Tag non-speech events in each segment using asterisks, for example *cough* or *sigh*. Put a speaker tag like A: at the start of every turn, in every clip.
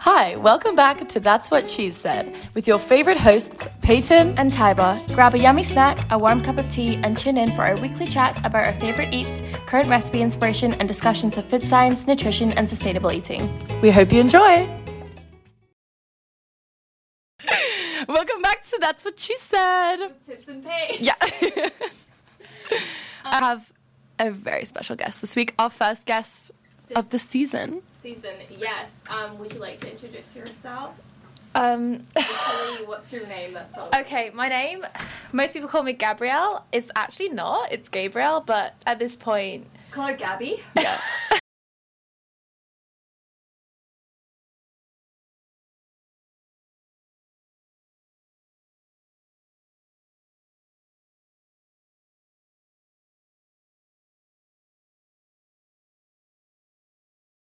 A: Hi, welcome back to That's What She Said with your favourite hosts, Peyton.
B: and Tiber. Grab a yummy snack, a warm cup of tea, and tune in for our weekly chats about our favourite eats, current recipe inspiration, and discussions of food science, nutrition, and sustainable eating.
A: We hope you enjoy. *laughs* welcome back to That's What She Said.
B: Tips and pay.
A: Yeah. *laughs* I have a very special guest this week, our first guest of the season.
B: Season, yes. Um, would you like to introduce yourself?
C: Um,
B: What's your name? That's all.
C: okay, my name, most people call me Gabrielle. It's actually not, it's Gabrielle, but at this point,
B: Call her Gabby.
C: yeah.
B: *laughs*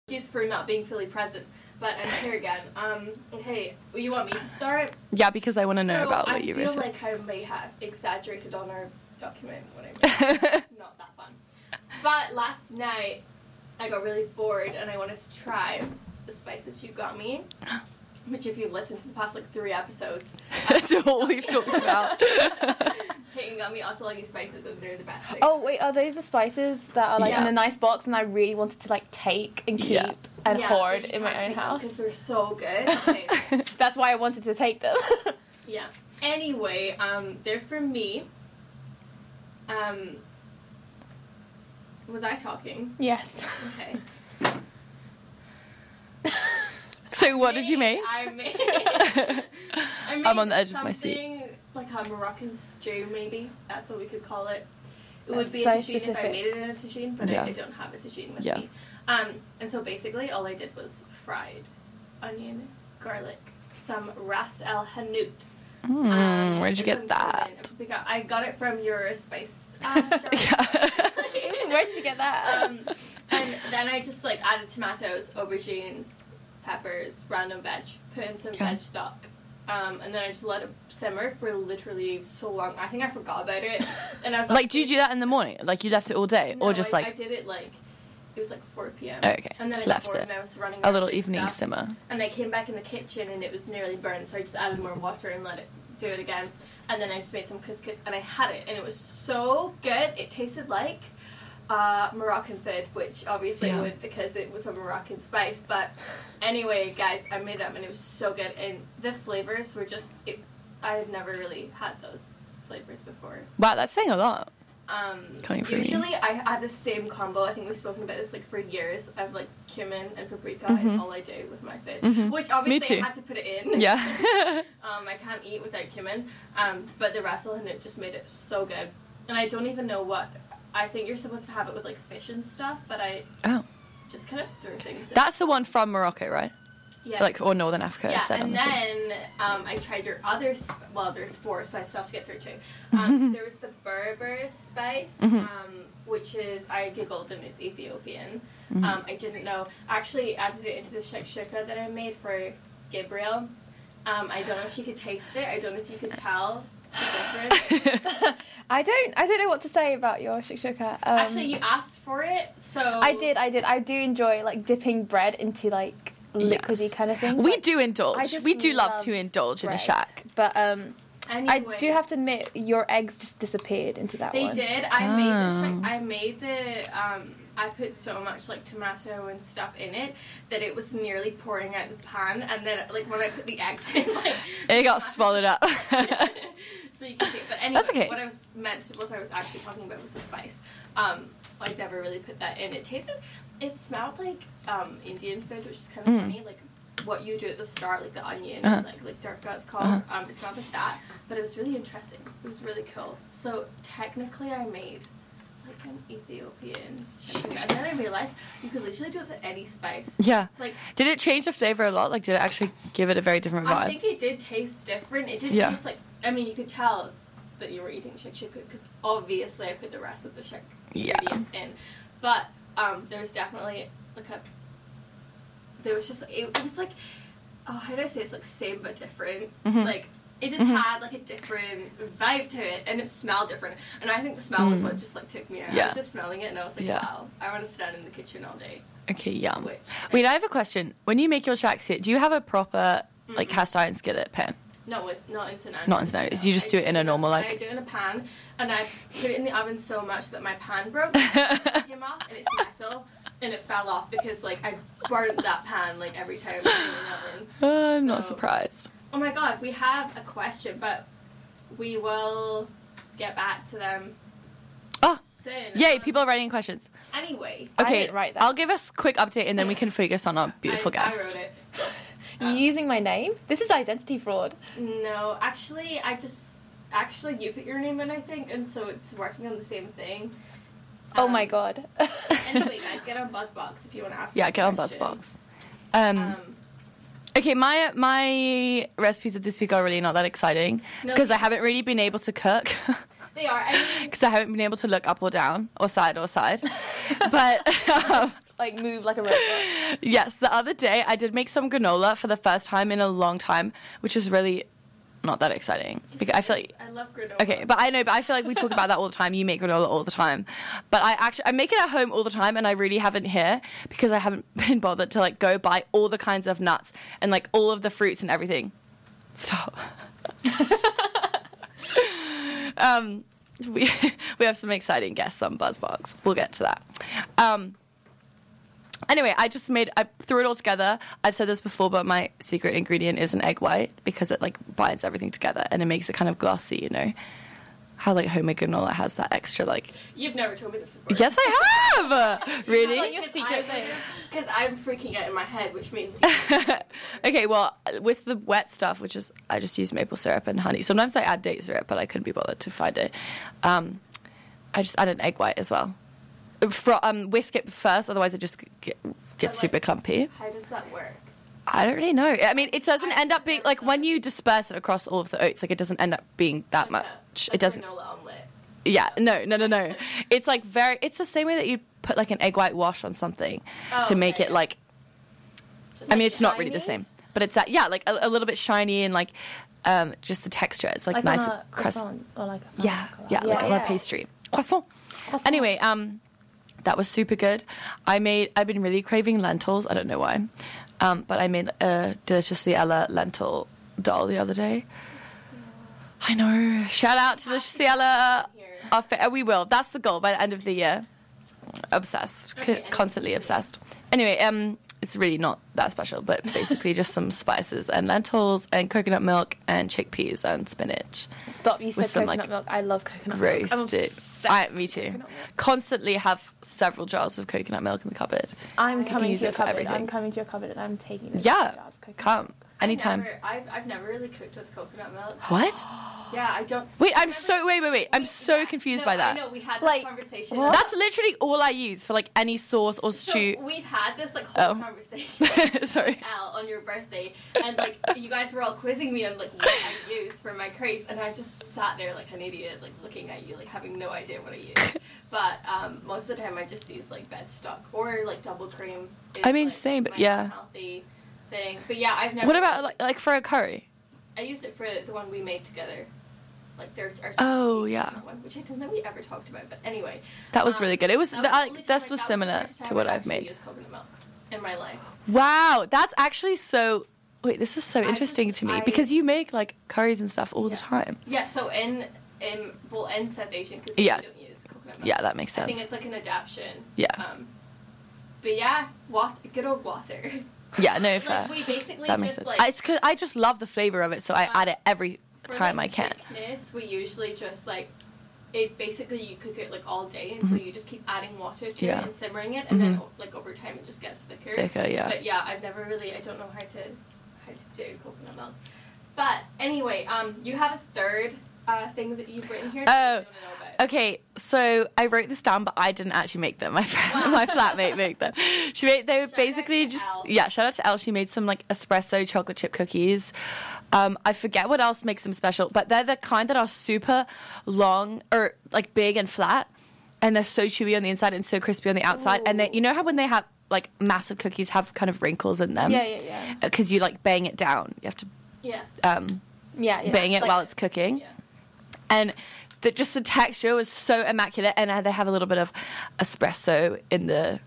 B: Just for not being fully present. But I'm here again. Um, okay, you want me to start?
A: Yeah, because I want to know
B: So,
A: about what
B: I
A: you
B: feel
A: wrote.
B: like I may have exaggerated on our document, whatever.
C: *laughs*
B: It's not that fun. But last night, I got really bored and I wanted to try the spices you got me. Which, if you listen to the past like three episodes,
A: *laughs* That's all we've talked
C: *laughs*
A: about.
B: Peyton got me Ottolenghi spices and they're the best. Thing.
C: Oh, wait, are those the spices that are like in
A: Yeah.
C: a nice box and I really wanted to like take and keep
A: Yeah.
C: and hoard in my own
B: because
C: house?
B: they're so good. *laughs*
C: *laughs*
B: Okay.
C: That's why I wanted to take them. *laughs*
B: Yeah. Anyway, um, they're for me. Um, was I talking?
C: *laughs* yes.
B: Okay.
A: so, what did you make? *laughs*
B: I made. *laughs* I made
A: I'm on the edge of my seat.
B: something Like a Moroccan stew, maybe that's what we could call it. It
C: That's
B: would be a
C: so
B: tagine if I
C: specific.
B: made it in a tagine, but
A: Yeah.
B: I, I don't have a tagine with
A: Yeah.
B: me. Um, and so basically, all I did was fried onion, garlic, some ras el hanout.
A: Hmm,
B: um,
A: where'd you get
B: and some cumin.
A: that?
B: We got- I got it from your spice.
A: *laughs*
B: Uh, jar. *laughs*
A: Yeah.
C: Where did you get
A: *laughs*
C: that?
B: Um, and then I just like added tomatoes, aubergines, peppers, random veg, put in some
A: Yeah.
B: veg stock. Um, and then I just let it simmer for literally so long. I think I forgot about
A: *laughs*
B: it. And I was
A: Like, do you do that in the morning? Like, you left it all day,
B: No,
A: or just
B: I,
A: like
B: I did it like it was like 4 p.m.
A: Oh, okay.
B: And then
A: Just
B: I got
A: left
B: bored
A: it.
B: And I was running
A: a
B: around
A: little
B: doing
A: evening
B: stuff.
A: simmer?
B: And I came back in the kitchen and it was nearly burnt, so I just added more water and let it do it again. And then I just made some couscous and I had it, and it was so good. It tasted like uh, Moroccan food, which obviously
A: Yeah.
B: it would because it was a Moroccan spice. But anyway, guys, I made them and it was so good. And the flavors were just, it, I had never really had those flavors before.
A: Wow, that's saying a
B: *laughs*
A: lot.
B: Um,
A: Coming from you.
B: usually, I had the same combo. I think we've spoken about this like for years. Of like cumin and paprika
A: Mhm.
B: is all I do with my food,
A: Mhm.
B: which obviously
A: too.
B: I had to put it in.
A: Yeah.
B: *laughs*
A: *laughs*
B: um, I can't eat without cumin. Um, but the Russell and it just made it so good. And I don't even know what. I think you're supposed to have it with like fish and stuff, but I
A: oh,
B: just kind of threw things. in.
A: that's the one from Morocco, right?
B: yeah.
A: Like, or Northern Africa.
B: yeah,
A: it said on
B: and
A: the *laughs* thing.
B: then um, I tried your other. Sp- well, there's four, so I still have to get through
C: *laughs*
B: two. Um, there was the Berber spice,
C: Mm-hmm.
A: Mhm.
B: um, which is I giggled and it's Ethiopian.
C: Mm-hmm.
B: Um, I didn't know. I actually added it into the shakshaka that I made for Gabriel. Um, I don't know if she could taste it. I don't know if you could tell the difference.
C: I don't I don't know what to say about your shikshaka. *laughs* Um,
B: Actually, you asked for it, so
C: I did, I did. I do enjoy like dipping bread into like liquidy
A: Yes.
C: kind of things.
A: we
C: like-
A: do
C: I
A: indulge.
C: just
A: We do love,
C: love
A: to indulge in a
C: bread.
A: shack.
C: But um, I
B: Anyway.
C: do have to admit, your eggs just disappeared into that
B: They
C: one.
B: did. I made the.
A: Oh.
B: Sh- I made the. Um, I put so much like tomato and stuff in it that it was nearly pouring out the pan, and then like when I put the eggs in, like
A: It got swallowed
B: *laughs*
A: up. *laughs*
B: so you can see. it. But anyway,
A: That's okay.
B: what I was meant, what I was actually talking about was the spice. Um, I never really put that in. It tasted, it smelled like um, Indian food, which is kind of
A: Mm.
B: funny. Like what you do at the start, like the onion,
A: Uh-huh.
B: and, like like darka it's called.
A: Uh-huh.
B: Um, it smelled like that, but it was really interesting. It was really cool. So technically, I made. Like an Ethiopian, shawarma. and then I realized you could literally do it with any spice.
A: yeah.
B: Like
A: Did it change the flavor a lot? Like, did it actually give it a very different
B: I
A: vibe?
B: think it did taste different. It did
A: Oh Yeah.
B: taste like. I mean, you could tell that you were eating shikshuk because obviously I put the rest of the shik
A: Yeah.
B: ingredients in, but um, there was definitely like a. There was just it, it was like, oh, how do I say? It's like same but different.
A: Mhm.
B: Like it just
A: Mhm.
B: had like a different vibe to it, and it smelled different. And I think the smell was
A: Mm.
B: what just like took me out. I
A: Yeah.
B: was just smelling it, and I was like,
A: Yeah. Um,
B: wow, I want to stand in the kitchen all day.
A: Okay, yum.
B: Which-
A: Wait, I have a question. When you make your tracksuit, do you have a proper like
B: Mm-mm.
A: cast iron skillet pan?
B: Not with not into nandos.
A: Not into nandos. You just
B: I
A: do it in a normal, like-
B: I do it in a pan, and I put it in the oven so much that my
A: *laughs*
B: pan broke. It came off, and it's metal, and it fell off because like I burnt that pan like every time. I put it in the oven.
A: Uh, I'm not
B: So-
A: surprised.
B: Oh my god, we have a question, but we will get back to them
A: Oh,
B: soon.
A: yay!
B: Um,
A: People are writing in questions.
B: Anyway,
C: I
A: Okay,
C: didn't write that.
A: I'll give us quick update and then we
B: *laughs*
A: can focus on our beautiful
B: I,
A: guest.
B: I wrote it.
C: You using my name? This is identity fraud.
B: No, actually, I just actually you put your name in, I think, and so it's working on the same thing.
C: oh
B: Um,
C: my god. *laughs*
A: *laughs*
B: anyway, guys, get on Buzzbox if you want to ask.
A: Yeah,
B: us
A: get on
B: questions.
A: Buzzbox. Um,
B: Um,
A: okay, my my recipes of this week are really not that exciting
B: No,
A: because
B: they-
A: I haven't really been able to cook *laughs*
B: they are. I mean,
A: because I haven't been able to look up or down or side or
B: *laughs*
A: side. but *laughs* um,
C: like move like a robot.
A: yes, the other day I did make some granola for the first time in a long time, which is really not that exciting because I feel like
B: I love granola.
A: Okay, but I know, but I feel like we talk about that all the time. You make granola all the time, but I actually I make it at home all the time, and I really haven't here because I haven't *laughs* been bothered to like go buy all the kinds of nuts and like all of the fruits and everything. Stop. *laughs* um, we *laughs* we have some exciting guests on Buzzbox. We'll get to that. Um. Anyway, I just made I threw it all together. I've said this before, but my secret ingredient is an egg white because it like binds everything together and it makes it kind of glossy, you know. How like homemade granola has that extra like
B: you've never told me this before.
A: Yes I
C: *laughs*
A: have
C: It's
A: Really?
C: like your secret thing.
B: Because I'm freaking out in my head, which
A: *laughs*
B: means you
A: okay, well with the wet stuff, which is I just use maple syrup and honey. Sometimes I add date syrup, but I couldn't be bothered to find it. Um, I just add an egg white as well. Fro- um, whisk it first, otherwise it just get, gets
B: like-
A: super clumpy.
B: how does that work?
A: I don't really know. I mean, it doesn't
B: I
A: end up being
B: never
A: like
B: thought
A: when
B: of
A: you disperse it across all of the oats, like it doesn't end up being that
B: Like a-
A: much.
B: like
A: It doesn't.
B: Granola omelet.
A: Yeah, no, no, no, no. It's like very. It's the same way that you put like an egg white wash on something
B: Oh,
A: to make
B: okay.
A: it like.
B: Just
A: I
B: like
A: mean, it's not really the
B: shiny?
A: same, but it's that. Yeah, like a, a little bit shiny and like, um, just the texture. It's like,
C: Like
A: nice
C: on
A: and
C: a
A: crust.
C: croissant or like a
A: Yeah,
C: pastry.
A: yeah, like
B: Yeah,
A: on
B: yeah.
A: a pastry croissant.
C: Croissant.
A: Anyway, um, that was super good. I made. I've been really craving lentils. I don't know why, um, but I made a deliciously Ella lentil dal the other day. I know. Shout out to
B: have to
A: deliciously
B: get
A: Ella.
B: here.
A: Our fa- we will. That's the goal by the end of the year. Obsessed,
B: Okay,
A: Co-
B: end of
A: constantly
B: the year.
A: obsessed. Anyway, um, it's really not that special, but basically just some spices and lentils and coconut milk and chickpeas and spinach.
C: Stop! You said
A: with some,
C: coconut
A: like,
C: milk. I love coconut milk. I'm
A: Roast it.
C: obsessed
A: I,
C: with
A: me too.
C: coconut milk.
A: Constantly have several jars of coconut milk in the cupboard.
C: I'm
A: You can
C: coming
A: use
C: to your
A: it for
C: cupboard.
A: everything.
C: I'm coming to your cupboard, and I'm taking this
A: Yeah,
C: jars of coconut
A: come
B: I
A: anytime.
B: never- I've, I've never really cooked with coconut milk.
A: What?
B: Yeah, I don't.
A: Wait,
B: I
A: I'm
B: remember-
A: so wait, wait, wait. I'm
B: we-
A: so
B: yeah,
A: confused
B: no,
A: by
B: I know
A: that.
B: we had
C: Like,
B: this conversation.
C: what?
A: That's literally all I use for like any sauce or
B: so
A: stew.
B: We've had this like whole
A: Oh. *laughs*
B: conversation.
A: Sorry.
B: Al on your birthday, and like *laughs* you guys were all quizzing me on like what I use for my craze, and I just sat there like an idiot, like looking at you, like having no idea what
A: *laughs*
B: I use. But um, most of the time, I just use like veg stock or like double cream. Is,
A: I mean,
B: like,
A: same, but
B: my
A: yeah.
B: Healthy thing, but yeah, I've never.
A: What about like, like for a curry?
B: I used it for the one we made together. Like there are
A: Oh, yeah.
B: one, which I don't think we ever talked about. But anyway,
A: That was
B: Um,
A: really good. It was,
B: that
A: the,
B: the
A: I,
B: only time-
A: this
B: like,
A: was
B: that the
A: similar
B: first time
A: to what I've
B: actually
A: made.
B: used coconut milk in my life.
A: Wow, that's actually so. Wait, this is so
B: I
A: interesting
B: just-
A: to me
B: I-
A: because you make like curries and stuff all
B: Yeah.
A: the time.
B: Yeah, so in in well in South Asian because
A: Yeah.
B: we don't use coconut milk.
A: Yeah, that makes
B: I think
A: sense.
B: it's like an adaptation.
A: Yeah.
B: Um, but yeah, water, good old water.
A: Yeah, no fair.
B: *laughs* like we basically
A: that
B: just
A: makes sense.
B: like
A: I, it's 'cause I just love the flavor of it, so I
B: Um,
A: add it every
B: for,
A: time
B: like,
A: I can.
B: Thickness, we usually just like it. Basically, you cook it like all day, and so you just keep adding water to
A: Mm-hmm. Yeah. Mm-hmm.
B: it and simmering it, and then like over time it just gets thicker.
A: Thicker, yeah.
B: But yeah, I've never really. I don't know how to how to do coconut milk. But anyway, um, you have a third uh, thing that you've written here. that
A: Oh,
B: we don't know about.
A: Okay, so I wrote this down, but I didn't actually make them. My friend, *laughs*
B: Wow.
A: my flatmate made them. She made they were
B: Shout out
A: basically
B: to
A: just
B: Elle.
A: yeah. Shout out to Elle. She made some like espresso chocolate chip cookies. Um, I forget what else makes them special, but they're the kind that are super long or like big and flat, and they're so chewy on the inside and so crispy on the outside. And they,
C: Ooh.
A: you know how when they have like massive cookies have kind of wrinkles in them.
C: Yeah, yeah, yeah.
A: Because you like bang it down. You have to
B: Yeah.
A: um,
C: Yeah, yeah.
A: bang it
C: Like-
A: while it's cooking
B: Yeah.
A: and the, just the texture was so immaculate and uh, they have a little bit of espresso in the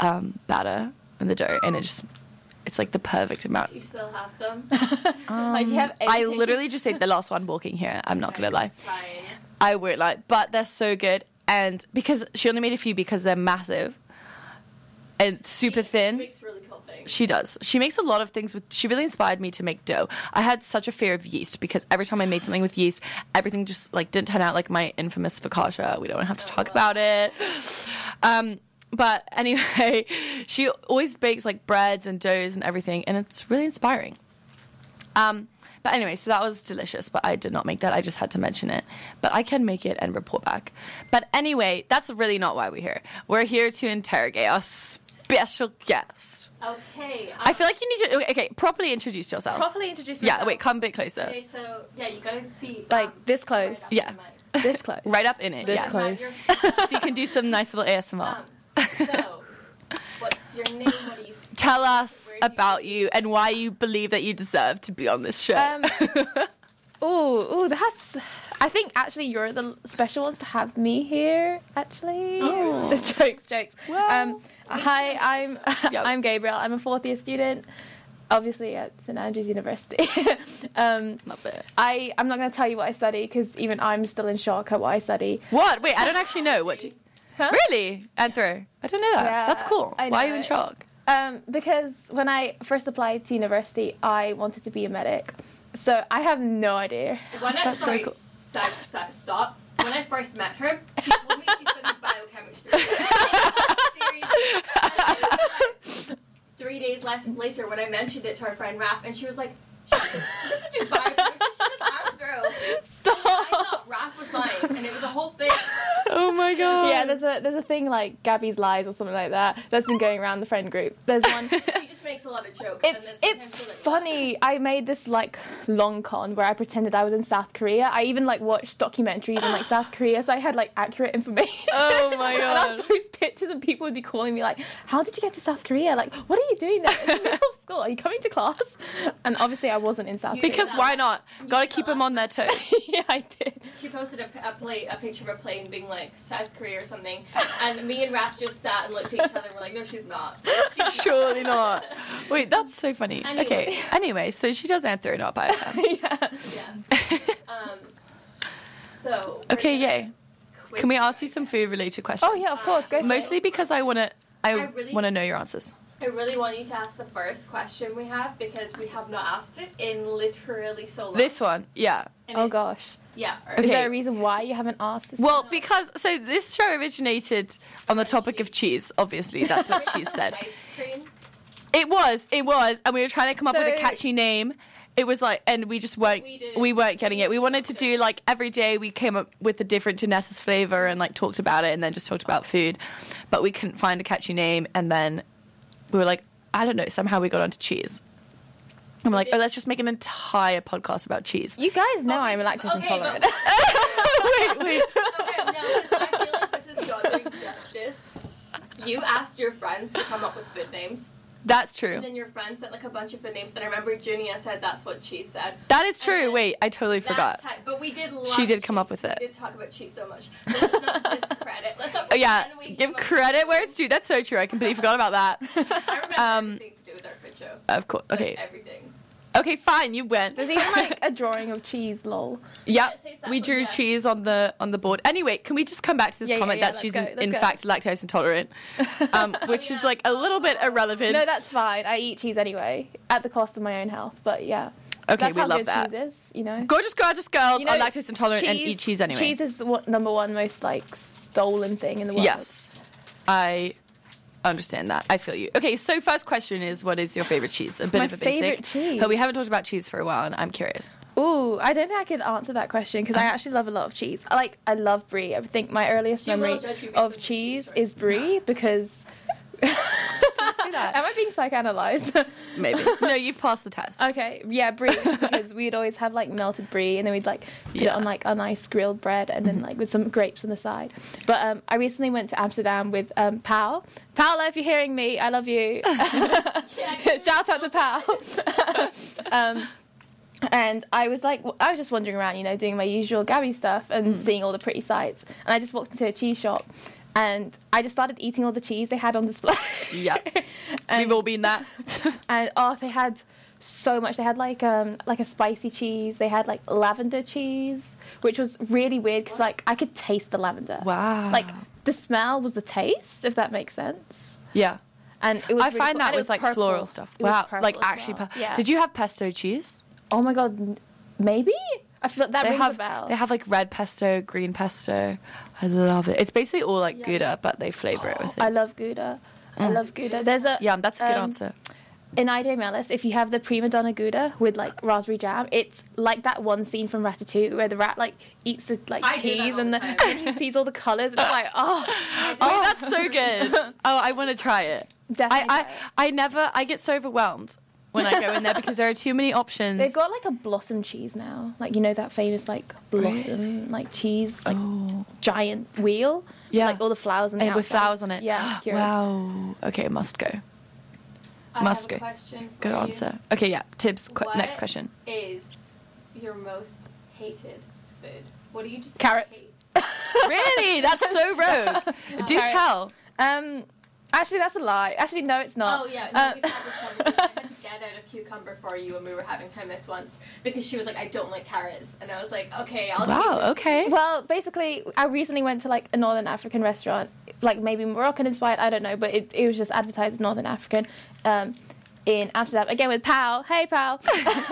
A: um, batter in the dough, and it just it's like the perfect amount.
B: You still
A: *laughs*
B: have them.
C: like you have.
A: I
C: anything-
A: literally just ate the last one walking here. I'm not gonna lie.
B: Fine.
A: I won't lie, but they're so good. And because she only made a few because they're massive and super
B: She
A: thin.
B: Makes really cool things.
A: She does. She makes a lot of things with. She really inspired me to make dough. I had such a fear of yeast because every time I made something with yeast, everything just like didn't turn out like my infamous focaccia. We don't have to
B: Oh,
A: talk
B: wow.
A: about it. Um, but anyway, *laughs* she always bakes like breads and doughs and everything, and it's really inspiring. Um, but anyway, so that was delicious, but I did not make that. I just had to mention it. But I can make it and report back. But anyway, that's really not why we're here. We're here to interrogate our special guest.
B: Okay. um,
A: I feel like you need to okay, properly introduce yourself.
C: properly introduce myself.
A: yeah, wait, come a bit closer. *laughs*
B: Okay, so yeah, you gotta be
C: Uh, Like,
B: um,
C: this
B: right
C: close.
B: up to
A: Yeah.
B: the mic.
C: This close.
A: Right up in it.
C: This
A: yeah.
C: close.
B: Right, you're-
A: *laughs* So you can do some nice little ASMR.
B: Um,
C: *laughs*
B: so, what's your name? What do you? s-
A: Tell us
B: where do you-
A: about you and why you believe that you deserve to be on this show. *laughs*
C: Um, Oh, oh, that's. I think actually you're the l- special ones to have me here. Actually,
B: Oh.
C: *laughs* jokes, jokes.
A: Well.
C: um, hi, I'm *laughs*
A: Yep.
C: I'm Gabriel. I'm a fourth year student, obviously at St Andrews University. *laughs* um,
A: Love it.
C: I I'm not going to tell you what I study because even I'm still in shock at what I study.
A: What? Wait, I don't actually know. What? Do you,
C: Huh?
A: Really? Anthro? I don't know that.
C: Yeah,
A: That's cool.
C: I
A: Why are
C: know
A: you in
C: it. *laughs*
A: shock? *laughs*
C: Um, because when I first applied to university, I wanted to be a medic, so I have no idea. *laughs*
B: When I
A: That's so
B: sorry,
A: cool.
B: stop, stop, stop. When I first met her, she told me she studied biochemistry. *laughs* Seriously. And then, like, Three days left- later, when I mentioned it to our friend Raph, and she was like, "She doesn't, she doesn't do biochemistry. She does anthro." I
C: Stop.
B: thought Raph was lying, and it was a whole thing.
A: Oh my god.
C: Yeah, there's a there's a thing like Gabby's lies or something like that that's been going around the friend group.
A: *laughs*
C: There's one.
B: She just makes a lot of jokes. and
C: It's
B: then sometimes
C: it's
B: you're like,
C: funny. I made this like long con where I pretended I was in South Korea. I even like watched documentaries in like South Korea, so I had like accurate information.
A: Oh my
C: *laughs* And
A: God.
C: I'd post pictures, and people would be calling me like, "How did you get to South Korea? Like, what are you doing there? It's *laughs* the middle of school. Are you coming to class?" And obviously, I wasn't in South
A: Because
B: Yeah.
A: why not? Gotta keep them on their toes.
C: Korea. *laughs* yeah, I did.
B: She posted a, p- a plane, a picture of a plane being like South Korea or something, and me and Raph just sat and looked at each other. and We're like, no, she's not. She's
A: Surely not. Wait, that's so funny.
B: Anyway.
A: Okay. Anyway, so she does anthro, not biochem.
C: yeah.
B: Yeah. Um. So. we're
A: *laughs* okay,
B: gonna
A: yay.
B: quit
A: Can we
B: now.
A: ask you some food related questions?
C: Oh yeah, of course. Go for it.
A: Mostly because I wanna I,
B: I really-
A: wanna know your answers.
B: I really want you to ask the first question we have because we have not asked it in literally so long.
A: This one, yeah.
B: And
C: Oh
B: it's-
C: gosh.
B: Yeah. or-
A: Okay.
C: Is there a reason why you haven't asked? This
A: Well, because so this show originated on the topic of cheese, obviously. That's what cheese said.
B: *laughs* Ice cream.
A: It was, it was, and we were trying to come up with a
C: So-
A: catchy name. It was like, and we just weren't,
B: We
A: we,
B: didn't-
A: weren't getting it. We wanted to do like every day we came up with a different Dinetta's flavor and like talked about it, and then just talked about food, but we couldn't find a catchy name, and then we were like, I don't know, somehow we got onto cheese. I'm like, oh, let's just make an entire podcast about cheese.
C: You guys know
B: Okay,
C: I'm lactose
B: okay,
C: intolerant.
B: but-
A: *laughs* wait, wait.
B: Okay, no, because I feel like this is not doing justice. You asked your friends to come up with good names.
A: That's
B: And
A: true.
B: then your friend sent like a bunch of good names, and I remember Junia said that's what she said.
A: That is
B: And
A: true.
B: then
A: Wait, I totally
B: That
A: forgot.
B: type- but we did. Love
A: She did come up with
B: cheese.
A: it.
B: We did talk about cheese so much. But let's
A: *laughs*
B: not discredit. Let's not
A: Oh, yeah,
B: pretend we came
A: give
B: up with
A: credit where
B: cheese.
A: it's due. That's so true. I
B: *laughs*
A: completely forgot about that.
B: I remember
A: Um,
B: everything to do with our fit show.
A: Of course.
B: Like,
A: Okay.
B: everything.
A: *gasps* Okay, fine. You went.
C: There's even
A: *laughs*
C: like a drawing of cheese, lol.
A: Yeah,
B: Let's taste that
A: we
B: one,
A: drew
B: yeah.
A: cheese on the on the board. Anyway, can we just come back to this
C: Yeah, yeah,
A: comment
C: yeah,
A: that
C: let's
A: she's
C: go,
A: in,
C: let's
A: in
C: go.
A: fact lactose
C: *laughs*
A: intolerant, um, which
B: yeah.
A: is like a little bit irrelevant.
C: No, that's fine. I eat cheese anyway, at the cost of my own health. But yeah,
A: okay,
C: that's
A: we
C: how
A: love
C: good
A: that.
C: cheese is, you know.
A: Gorgeous, gorgeous girls
C: You know,
A: are lactose intolerant and eat cheese anyway.
C: Cheese is the one, number one most like stolen thing in the world.
A: yes, I understand that. I feel you. Okay, so first question is, what is your favorite cheese? A bit
C: My
A: of a basic,
C: favorite cheese?
A: but we haven't talked about cheese for a while, and I'm curious.
C: Ooh, I don't think I could answer that question because
A: Uh-huh.
C: I actually love a lot of cheese. I like I love brie. I think my earliest
B: She will
C: memory
B: judge you based on
C: of
B: the cheese
C: cheese
B: choice.
C: is brie because.
B: *laughs*
A: that?
C: *laughs* Am I being *laughs* psychoanalyzed?
A: Maybe no, you've passed the test.
C: Okay,
A: *laughs*
C: yeah, brie because we'd always have like melted brie, and then we'd like put it
A: Yeah. Mm-hmm.
C: on like a nice grilled bread, and then like with some grapes on the side. But um, I recently went to Amsterdam with um, Pal. Paola, if you're hearing me, I
A: *laughs*
C: love you. *laughs* Shout out to Pal. *laughs* um, and I was like, I was just
A: Mm.
C: wandering around, you know, doing my usual Gabby stuff and seeing all the pretty sights. And I just walked into a cheese shop, and I just started eating all the cheese they had on display. *laughs*
A: Yeah.
C: and,
A: We've all been
C: *laughs*
A: that.
C: and oh, they had so much. They had like um like a spicy cheese. They had like lavender cheese, which was really weird because like I could taste the lavender.
A: wow.
C: Like the smell was the taste, if that makes sense.
A: yeah.
C: And it was
A: I
C: really
A: find
C: cool.
A: that
C: And it
A: with like
C: purple.
A: floral stuff.
C: It was
A: wow.
C: purple
A: Like
C: as
A: actually,
C: well.
A: per-
C: yeah.
A: did you have pesto cheese?
C: Oh my god, n- maybe I feel like that
A: they
C: rings
A: have
C: a bell.
A: they have like red pesto, green pesto. I love it. It's basically all like
B: Yeah.
A: gouda, but they flavor it with
C: *gasps* I
A: it.
C: love Gouda. I love Gouda. There's a
A: Mm. Yum. That's a good
C: um,
A: answer.
C: *laughs* in Ide Malice, if you have the prima donna Gouda with like raspberry jam, it's like that one scene from Ratatouille where the rat like eats the like
B: I do that
C: cheese
B: all
C: and
B: the
C: the,
B: time.
C: and he sees all the colours and it's
B: *laughs*
C: like oh
A: Oh, that's so
C: *laughs*
A: good. Oh, I want to try it. I,
C: definitely.
A: I I never. I get so overwhelmed when I go in there because there are
C: *laughs*
A: too many options.
C: They've got like a blossom cheese now, like you know that famous like blossom like cheese like
A: Oh.
C: giant wheel,
A: Yeah.
C: like all the flowers on the
A: and with
C: outside.
A: flowers on it. *gasps*
C: Yeah, cured. *laughs*
A: wow. Okay, must go.
B: I
A: Must
B: have
A: go.
B: a question. for
A: Good
B: you.
A: answer. Okay, yeah. Tibbs. Qu-
B: What
A: next question.
B: Is your most hated food? What do you just
C: Carrots.
B: hate?
A: really? That's
C: *laughs*
A: so rogue. Do
C: Alright.
A: tell.
C: Um, actually, that's a lie. Actually, no, it's not.
B: Oh yeah, no,
C: Um,
B: we've had this
A: Uh,
B: conversation.
C: *laughs*
B: I had
A: *laughs*
B: to get out a cucumber for you when we were having hummus once because she was like, "I don't like carrots," and I was like, "Okay, I'll."
A: Wow. *laughs*
B: take it."
A: Okay.
C: Well, basically, I recently went to like a Northern African restaurant, like maybe Moroccan inspired, I don't know, but it, it was just advertised as Northern African um, in Amsterdam. Again with Pal, hey Pal,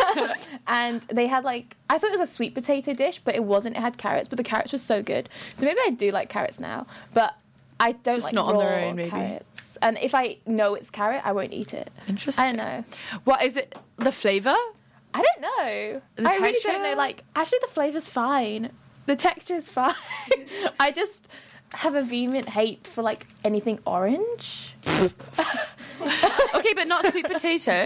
C: *laughs* and they had like I thought it was a sweet potato dish, but it wasn't. It had carrots, but the carrots were so good. So maybe I do like carrots now, but I don't
A: Just
C: like
A: not
C: raw
A: on their own, maybe.
C: carrots. And if I know it's carrot, I won't eat it.
A: Interesting.
C: I don't know.
A: What is it? The flavor?
C: I don't know.
A: The
C: I really don't know.
A: texture?
C: Like, actually, the flavor's fine. The texture is fine. *laughs* I just have a vehement hate for like anything orange.
A: Okay, but not sweet *laughs* potato.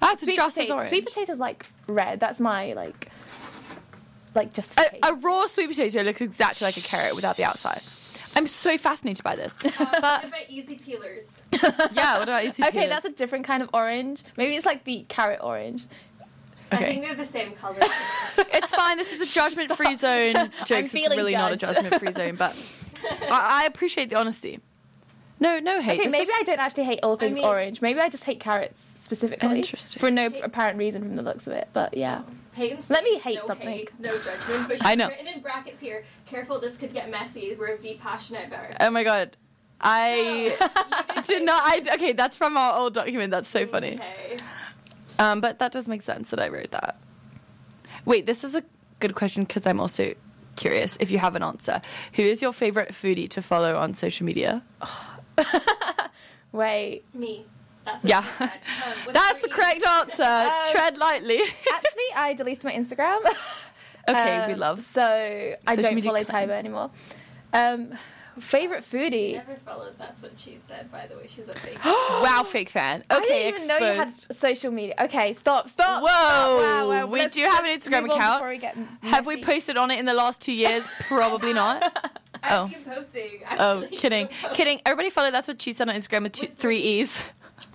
A: That's just as
C: potato-
A: orange.
C: Sweet potatoes like red. That's my like, like just.
A: a, a raw sweet potato looks exactly like a carrot without the outside. I'm so fascinated by this.
B: Uh, what
A: But
B: about easy peelers?
A: *laughs* yeah, what about E ECP?
C: okay, that's a different kind of orange. Maybe it's like the carrot orange.
B: I
A: okay.
B: think they're the same color.
A: *laughs* It's fine. This is a judgment-free zone. Jokes. It's
C: feeling
A: really not a
C: judged.
A: judgment-free zone, *laughs* but I, I appreciate the honesty. No, no hate.
C: Okay,
A: it's
C: maybe
A: just-
C: I don't actually hate all things
B: mean-
C: orange. Maybe I just hate carrots specifically
A: Interesting.
C: for no apparent reason from the looks of it. But yeah,
B: Peyton
C: Let me
B: says
C: hate
B: no
C: something.
B: Hate, no judgment, but she's
A: I know.
B: written in brackets here. Careful, this could get messy. We're be passionate about. it."
A: Oh my god, I *laughs* did not. I okay. That's from our old document. That's so funny.
B: Okay.
A: Um, but that does make sense that I wrote that. Wait, this is a good question because I'm also curious if you have an answer. Who is your favorite foodie to follow on social media?
C: wait.
B: Me. That's what
A: Yeah.
B: she
A: *laughs*
B: said. Um, what's
A: That's the
B: your
A: correct answer.
C: Um,
A: Tread lightly.
C: *laughs* Actually, I deleted my Instagram.
A: *laughs*
C: *laughs*
A: okay, we
C: Um,
A: love.
C: So I
A: Social
C: don't
A: media
C: follow
A: cleanse.
C: Tiber anymore. Um, favorite
B: email?
C: foodie.
B: Never followed. That's what she said. By the way, she's
A: *gasps*
B: a fake.
A: *gasps* wow, fake fan. Okay,
C: I didn't even know you *laughs*
A: exposed.
C: had social media. Okay, stop, stop.
A: Whoa,
C: stop. Wow, wow.
A: we
C: Let's-
A: do have an
C: let's
A: Instagram
C: move on
A: account.
C: before we get
A: Have we
C: messy.
A: posted on it in the last two
C: *laughs*
A: years? Probably not.
B: I
A: Oh.
B: keep posting.
A: *laughs* Oh,
B: I keep
A: kidding,
B: posting.
A: kidding. Everybody follow. That's what she said on Instagram with two, three e's.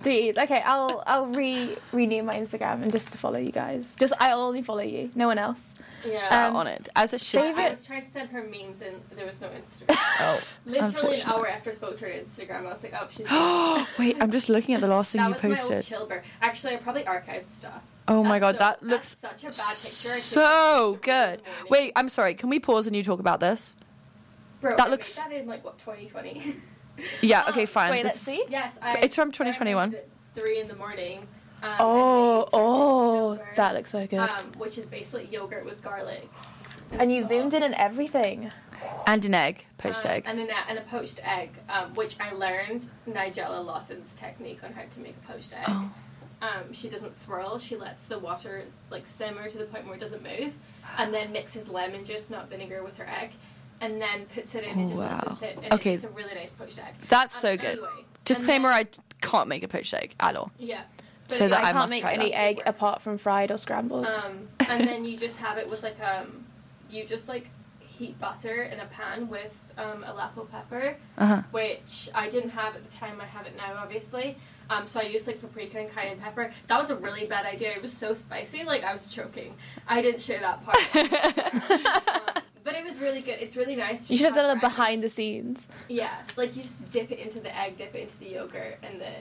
C: three E's? Okay, I'll I'll re renew my Instagram and just to follow you guys. Just I will only follow you, no one else.
B: *laughs* Yeah.
A: Uh,
C: Um,
A: on it as it should.
B: I
C: favorite-
B: was trying to send her memes and there was no
A: *laughs*
B: Instagram.
A: be. Oh.
B: Literally an
A: Unfortunate.
B: hour after I spoke to her on Instagram, I was like, oh,
A: *gasps*
B: she's. that
A: Wait, I'm just looking at the last thing you
B: was my old
A: posted.
B: chilber. Actually, I probably archived stuff.
A: Oh my god, that
B: That's so-
A: looks
B: that's such a bad picture. I
A: so
B: took it in
A: good.
B: the morning.
A: Wait, I'm sorry. Can we pause and you talk about this?
B: Bro,
A: that
B: I
A: looks-
B: made that in like what 2020.
A: *laughs* Yeah.
B: Oh,
A: Okay. Fine.
C: wait,
A: This
C: let's
A: is-
C: see.
B: yes, I.
A: It's from
B: I
A: 2021.
B: archived it at Three in the morning. Um,
C: Oh,
B: and
C: oh,
B: I made
C: that looks so
B: chilber,
C: good.
B: Um, which is basically yogurt with garlic.
C: and you
B: salt.
C: zoomed in and everything.
A: And an egg.
B: Um,
A: Poached egg.
B: and, an, and a poached egg, um, which I learned Nigella Lawson's technique on how to make a poached egg.
A: Oh.
B: Um, she doesn't swirl; she lets the water like simmer to the point where it doesn't move, and then mixes lemon juice, not vinegar, with her egg, and then puts it in and
A: Oh,
B: just
A: wow.
B: lets it sit. And
A: Okay.
B: it's a really nice poached egg.
A: That's
B: Um,
A: so good.
B: anyway,
A: Disclaimer:
B: and
A: I can't make a poached egg at all.
B: then- yeah.
A: So that
B: anyway,
A: I
C: I can't
A: must
C: make
A: try
C: any
A: that.
C: egg
B: It works.
C: apart from fried or scrambled.
B: Um, and then you just have it with like um, you just like heat butter in a pan with um, Aleppo pepper,
A: Uh huh.
B: which I didn't have at the time. I have it now, obviously. Um, so I used like paprika and cayenne pepper. That was a really bad
C: *laughs*
B: idea. It was so spicy, like I was choking. I didn't share that part. Um, But it was really good. It's really nice.
C: You should have done a little
B: behind.
C: behind the scenes.
B: Yeah, like you just dip it into the egg, dip it into the yogurt, and the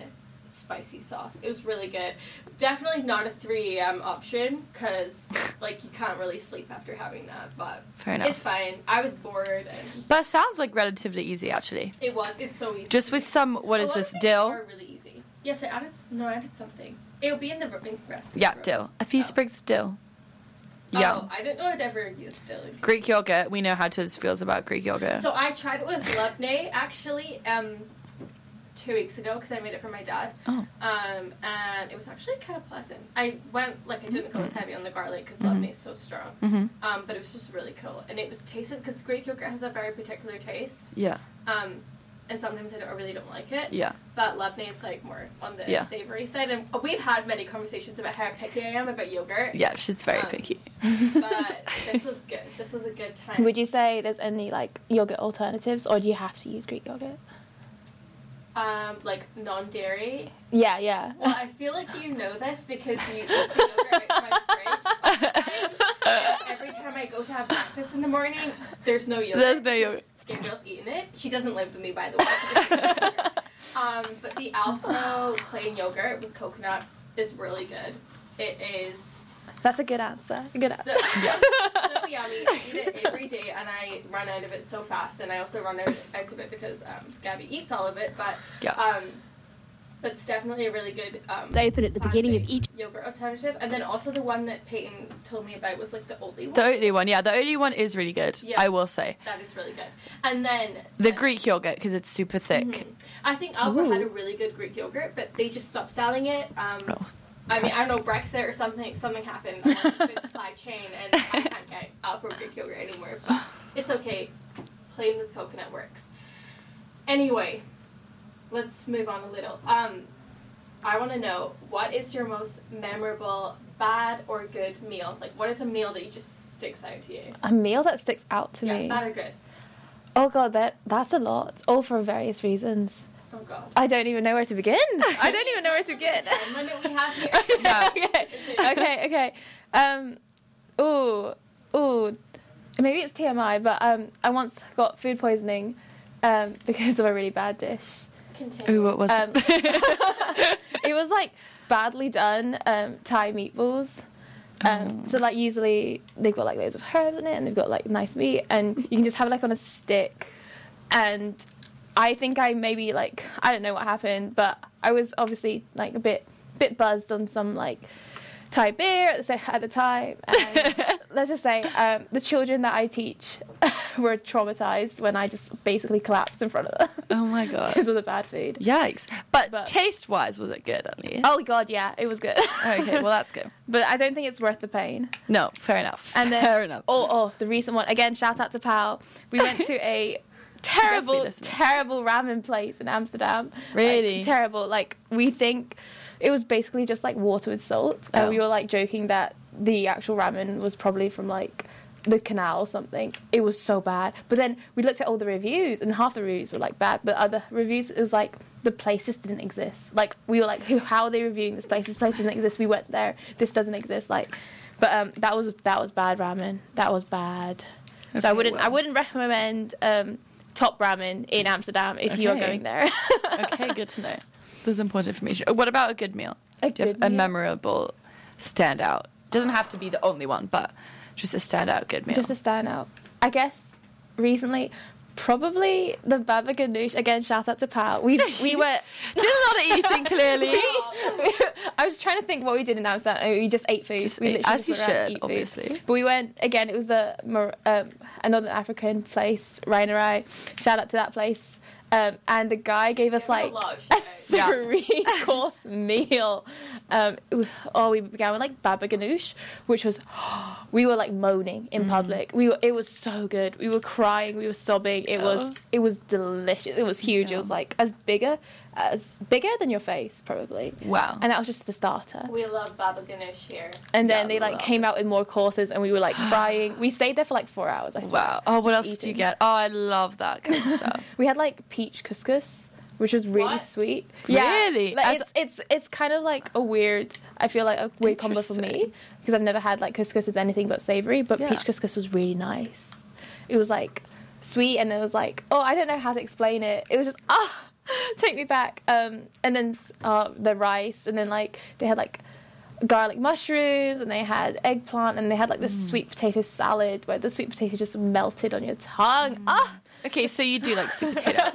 B: spicy sauce. It was really good. Definitely not a 3 a.m. option
C: *laughs*
B: because like you can't really sleep after having that, but
A: Fair enough.
B: it's fine. I was bored and
A: but it sounds like relatively easy actually.
B: it was. It's so easy.
A: Just with some what
B: A
A: is
B: lot of
A: this
B: things
A: dill?
B: Are really easy. Yes, I added. s- No, I added something. It'll be in the re- in the recipe.
A: Yeah,
B: book.
A: dill. A few
B: Oh.
A: sprigs of dill.
B: Oh,
A: Yum.
B: I didn't know I'd ever used dill. in-
A: Greek yogurt. We know how Tibbs feels about Greek yogurt.
B: So I tried it with Loveday actually um, two weeks ago because I made it for my dad.
A: Oh.
B: Um, and it was actually kind of pleasant. I went like I didn't go as
A: Mm-hmm.
B: heavy on the garlic because
A: Mhm.
B: Loveday is so strong.
A: hmm
B: Um, but it was just really cool, and it was tasted because Greek yogurt has a very particular taste.
A: Yeah.
B: Um, and sometimes I, don't, I really don't like it.
A: Yeah.
B: But Loveday is like more on the
A: Yeah.
B: savory side, and we've had many conversations about how picky I am about yogurt.
A: Yeah, she's very
B: Um,
A: picky. *laughs*
B: But this was good. This was a good time.
C: *laughs* Would you say there's any like yogurt alternatives, or do you have to use Greek yogurt?
B: um, like
A: *laughs*
B: non-dairy
C: Yeah, yeah.
B: Well, I feel like you know this because you look over at my fridge
A: *laughs*
B: all the time. And Every time I go to have breakfast in the morning, there's no yogurt.
A: There's no yogurt.
B: Gabriel's eating it. She doesn't live with me, by the way.
A: *laughs*
B: She doesn't eat yogurt. um, but the Alpro plain yogurt with coconut is really good. It is
C: That's a good answer. A good
A: *laughs*
B: so,
C: answer.
B: so yummy. I eat it every day, and I run out of it so fast. And I also run out out of it because um, Gabby eats all of it. But
A: Yeah.
B: um, but it's definitely a really good. Um,
D: They open at the beginning of
B: plant-based
D: each.
B: yogurt alternative, and then also the one that Peyton told me about was like the Oatly
A: *laughs*
B: one.
A: The Oatly one, yeah, the Oatly one is really good.
B: Yeah.
A: I will say
B: that is really good. And then
A: the Greek yogurt because it's super thick.
B: Mhm. I think Alpha
C: Ooh.
B: had a really good Greek yogurt, but they just stopped selling it. Um,
A: Oh.
B: I mean, I don't know Brexit or something. Something happened on
C: *laughs*
B: the supply chain, and I can't get Alpro Greek yogurt anymore. But it's okay. Plain with coconut works. Anyway, let's move on a little. Um, I want to know what is your most memorable bad or good meal? Like, what is a meal that you just sticks out to you?
C: A meal that sticks out to
B: yeah,
C: me.
B: bad or good?
C: Oh god, that that's a lot. All for various reasons.
B: Oh god.
C: *laughs* I don't even know where to begin. I don't even know where to
B: *laughs*
C: begin. *laughs*
B: Time limit we have here.
A: Yeah.
C: okay, okay, okay. Um, ooh, ooh. Maybe it's TMI, but um, I once got food poisoning um, *laughs* because of a really bad dish.
B: Continue.
A: Ooh, what was
C: Um, *laughs*
A: it?
C: it was like badly done um, Thai meatballs. Um, So like usually they've got like loads of herbs in it, and they've got like nice meat, and you can just have it like on a stick. And I think I maybe like I don't know what happened, but I was obviously like a bit bit buzzed on some like Thai beer at the, sa- at the time. And let's just say um, the children that I teach *laughs* were traumatized when I just basically collapsed in front of them
A: *laughs*
C: *laughs*
A: oh my god.
C: because of the bad food.
A: *laughs* Yikes. But,
C: But-
A: taste wise, was it good at least?
C: Oh god, yeah, it was good.
A: Okay, well, that's good.
C: *laughs* but I don't think it's worth the pain.
A: *laughs* No, fair enough.
C: And then,
A: fair enough. *laughs*
C: Oh, oh, the recent one again. Shout out to Pal. We went to
A: *laughs*
C: a terrible,
A: listening.
C: terrible ramen place in Amsterdam.
A: Really?
C: Like, terrible. Like we think it was basically just like water with salt, and
A: Oh.
C: we were like joking that the actual ramen was probably from like the canal or something. It was so bad. But then we looked at all the reviews, and half the reviews were like bad, but other reviews it was like. The place just didn't exist. Like we were like, who? How are they reviewing this place? This place doesn't exist. We went there. This doesn't exist. Like, but um, that was that was bad ramen. That was bad. so I
A: Okay,
C: wouldn't I
A: well.
C: wouldn't recommend um, top ramen in Amsterdam if you are
A: Okay. *laughs*
C: going there. *laughs*
A: okay, good to know. This is important information. What about a good meal?
C: A
A: Do you have
C: good
A: a
C: meal?
A: memorable standout? Doesn't have to be the only one, but just a *laughs* standout good meal.
C: Just a standout. I guess recently, probably the baba ganoush. Again, shout out to Pat. We we were.
A: *laughs*
C: *laughs*
A: Did a lot of eating, clearly. *laughs*
C: I was trying to think what we did in Amsterdam. and We just ate food.
A: Just
C: we
A: ate-
C: literally
A: as you
C: went around
A: should,
C: and ate food.
A: obviously.
C: But we went again. It was the Mor- um, a Northern African place, Rainerai. Shout out to that place. Um, and the guy gave us
B: Give it a
C: like
B: lot of
C: a
B: shout-outs.
A: Yeah.
C: *laughs* three
A: *laughs*
C: course meal. Um, it was- oh, we began with like baba ganoush, which was *gasps* we were like moaning in
A: Mm-hmm.
C: public. We were, it was so good. We were crying. We were sobbing. It
A: Oh.
C: was it was delicious. It was huge. It was
A: Yeah.
C: like as bigger as bigger than your face probably.
A: Wow.
C: And that was just the starter.
B: We love baba ganoush here.
C: And then
A: Yeah,
C: they like
A: love
C: came out in more courses, and
A: *gasps*
C: we were like crying. We stayed there for like four hours. I swear,
A: Wow. Oh, what
C: just
A: else did you
C: eating.
A: get? Oh, I love that kind *laughs* of stuff.
C: We had like peach couscous, which was really
B: What?
C: sweet.
A: Really?
C: like,
A: As-
C: it's, it's it's kind of like a weird. I feel like a weird combo for me
A: Interesting.
C: because I've never had like couscous with anything but savory, but
A: Yeah.
C: peach couscous was really nice. it was like sweet and it was like oh I don't know how to explain it. It was just *laughs* ah take me back. Um, and then uh, the rice and then like they had like garlic mushrooms and they had eggplant and they had like this
A: Mm.
C: sweet potato salad where the sweet potato just melted on your tongue.
A: Mm.
C: Ah,
A: Okay, so you do like *laughs* sweet potato.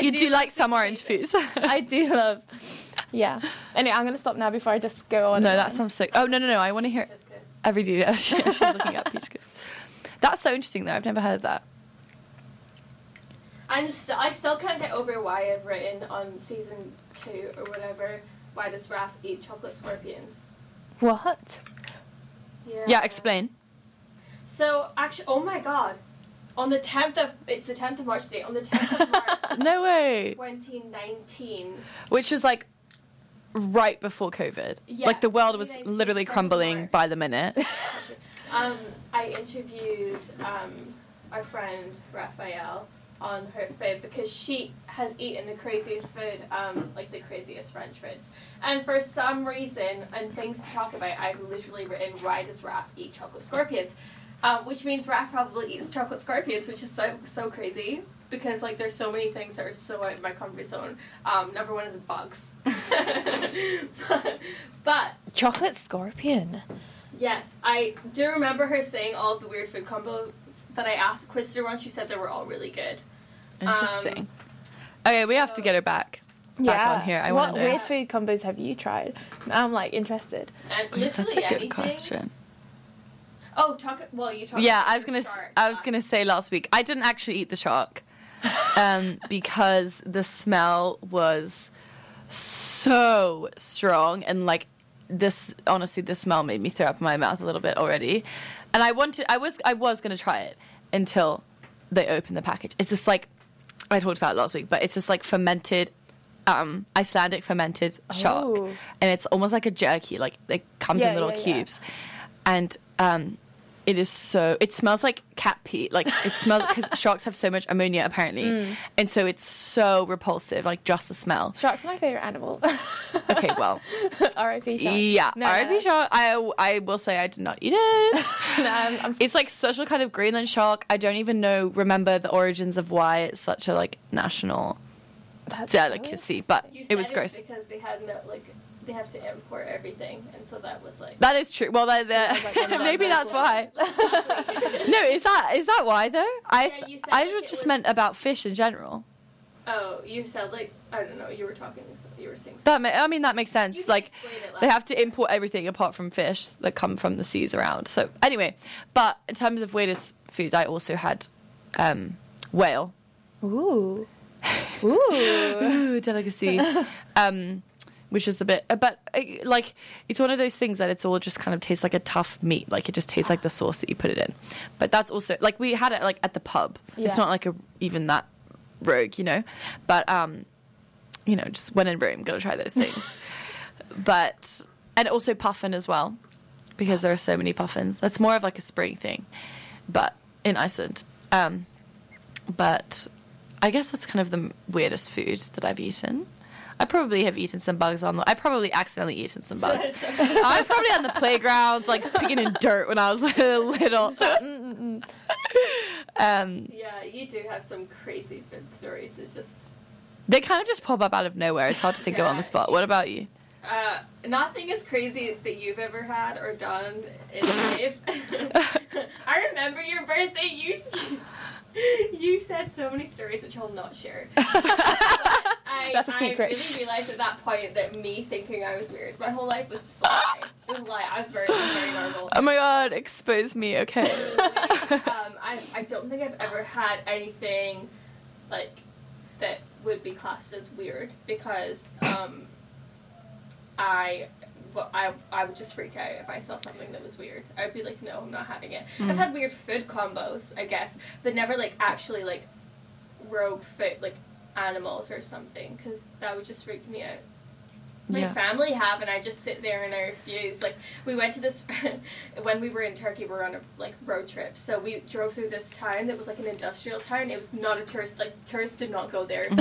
A: you do, like some orange foods. no, *laughs*
C: I do love. Yeah. Anyway, I'm gonna stop now before I just go on. and
A: that
C: on.
A: sounds so. Oh no, no, no! I want to hear it.
B: Couscous.
A: *laughs* every detail. She- *laughs* She's looking up peach kiss. That's so interesting though. I've never heard of that.
B: I'm still, I still can't get over why I've written on season two or whatever. Why does Raph eat chocolate scorpions?
C: What?
A: Yeah, explain.
B: So actually, oh my god, on the tenth of it's the tenth of March today. On the
A: *laughs*
B: tenth of March,
A: *laughs* No way.
B: 2019.
A: Which was like right before COVID.
B: Yeah,
A: Like the world was
B: 2019,
A: literally
B: February.
A: crumbling by the *laughs* minute.
B: Um, I interviewed um, our friend Raphael on her food because she has eaten the craziest food, um, like the craziest French foods. And for some reason, and things to talk about, I've literally written, "Why does Raph eat chocolate scorpions?" Um, which means Raph probably eats chocolate scorpions, which is so so crazy because like there's so many things that are so out of my comfort zone. Um, number one is bugs, *laughs* but, but
C: Chocolate scorpion.
B: Yes, I do remember her saying all of the weird food combos that I asked quizzed her once. She said they were all really good.
A: Interesting. okay, we have to
B: so-
A: get her back.
C: Yeah.
A: on here, I
C: what
A: wanna know.
C: weird food combos have you tried? I'm like interested.
B: And literally
A: Oh, That's a good
B: anything.
A: question.
B: Oh, talk. Well, you talk.
A: Yeah,
B: about
A: I was
B: your
A: gonna. s-
B: shark
A: I was
B: last-
A: gonna say last week I didn't actually eat the
C: *laughs*
A: shark, um, because the smell was so strong and like this. Honestly, the smell made me throw up in my mouth a little bit already, and I wanted. I was. I was gonna try it until they opened the package. It's just like I talked about it last week, but it's just like fermented. Um, Icelandic fermented shark,
C: Oh.
A: and it's almost like a jerky. Like it comes
C: Yeah,
A: in little
C: yeah, yeah.
A: cubes, and um, it is so. It smells like cat pee. Like it smells
B: *laughs*
A: because sharks have so much ammonia apparently,
B: Mm.
A: and so it's so repulsive. Like just the smell.
C: Sharks are my favorite animal. *laughs*
A: Okay,
B: *laughs*
A: well,
C: R.I.P. Shark.
A: Oh. yeah.
C: No,
A: R.I.P.
C: no.
A: shark. I I will say I did not eat
B: *laughs*
A: it.
C: No, I'm- I'm-
A: it's like such a kind of Greenland shark. I don't even know remember the origins of why it's such a like national
C: that's
A: delicacy, but
B: You
A: it
B: said
A: was
B: it's
A: gross.
B: because they had no like they have to import everything, and so that was like.
A: That is true. Well, they're,
C: I was like,
A: they're, *laughs*
C: oh my
A: maybe
C: God,
A: that's why. *laughs*
B: *laughs*
A: No, is that is that why though? I
B: Yeah, you said
A: I
B: like
A: was
B: it
A: just
B: was-
A: meant about fish in general.
B: oh, you said like I don't know. You were talking. You were saying.
A: That ma- I mean that makes sense.
B: You can
A: like
B: explain it
A: they
B: last-
A: have to import everything apart from fish that come from the seas around. So anyway, but in terms of weirdest foods, I also had um, whale. *laughs*
C: Ooh. Ooh.
A: Ooh, delicacy. um, which is a bit, uh, but uh, like it's one of those things that it's all just kind of tastes like a tough meat. Like it just tastes like the sauce that you put it in. But that's also like we had it like at the pub.
C: Yeah.
A: It's not like a even that rogue, you know. But um, you know, just when in Rome, gotta try those things. but and also puffin as well, because there are so many puffins. That's more of like a spring thing, but in Iceland. Um, but I guess that's kind of the weirdest food that I've eaten. I probably have eaten some bugs on the. I probably accidentally eaten some bugs. I was probably on the playground, like picking in dirt when I was *laughs* little. um,
B: Yeah, you do have some crazy food stories that just.
A: they kind of just pop up out of nowhere. It's hard to think of on the spot. What about you?
B: Uh, nothing as crazy that you've ever had or done is safe.
C: *laughs*
B: I remember your birthday. You you said so many stories which I'll not
C: *laughs*
B: share. I,
C: That's a secret.
B: I really realized at that point that me thinking I was weird, my whole life was just a lie. It was a lie. I was very very normal.
A: Oh my god, expose me, *laughs* okay.
B: um, I, I don't think I've ever had anything like that would be classed as weird because um, I, well, I I would just freak out if I saw something that was weird. I'd be like, no, I'm not having it. I've had weird food combos, I guess, but never like actually like rogue food like animals or something because that would just freak me out. my
A: Yeah.
B: family have, and I just sit there and I refuse. Like we went to this *laughs* when we were in Turkey, we were on a like road trip, so we drove through this town that was like an industrial town. It was not a tourist like tourists did not go
C: *laughs*
B: there. no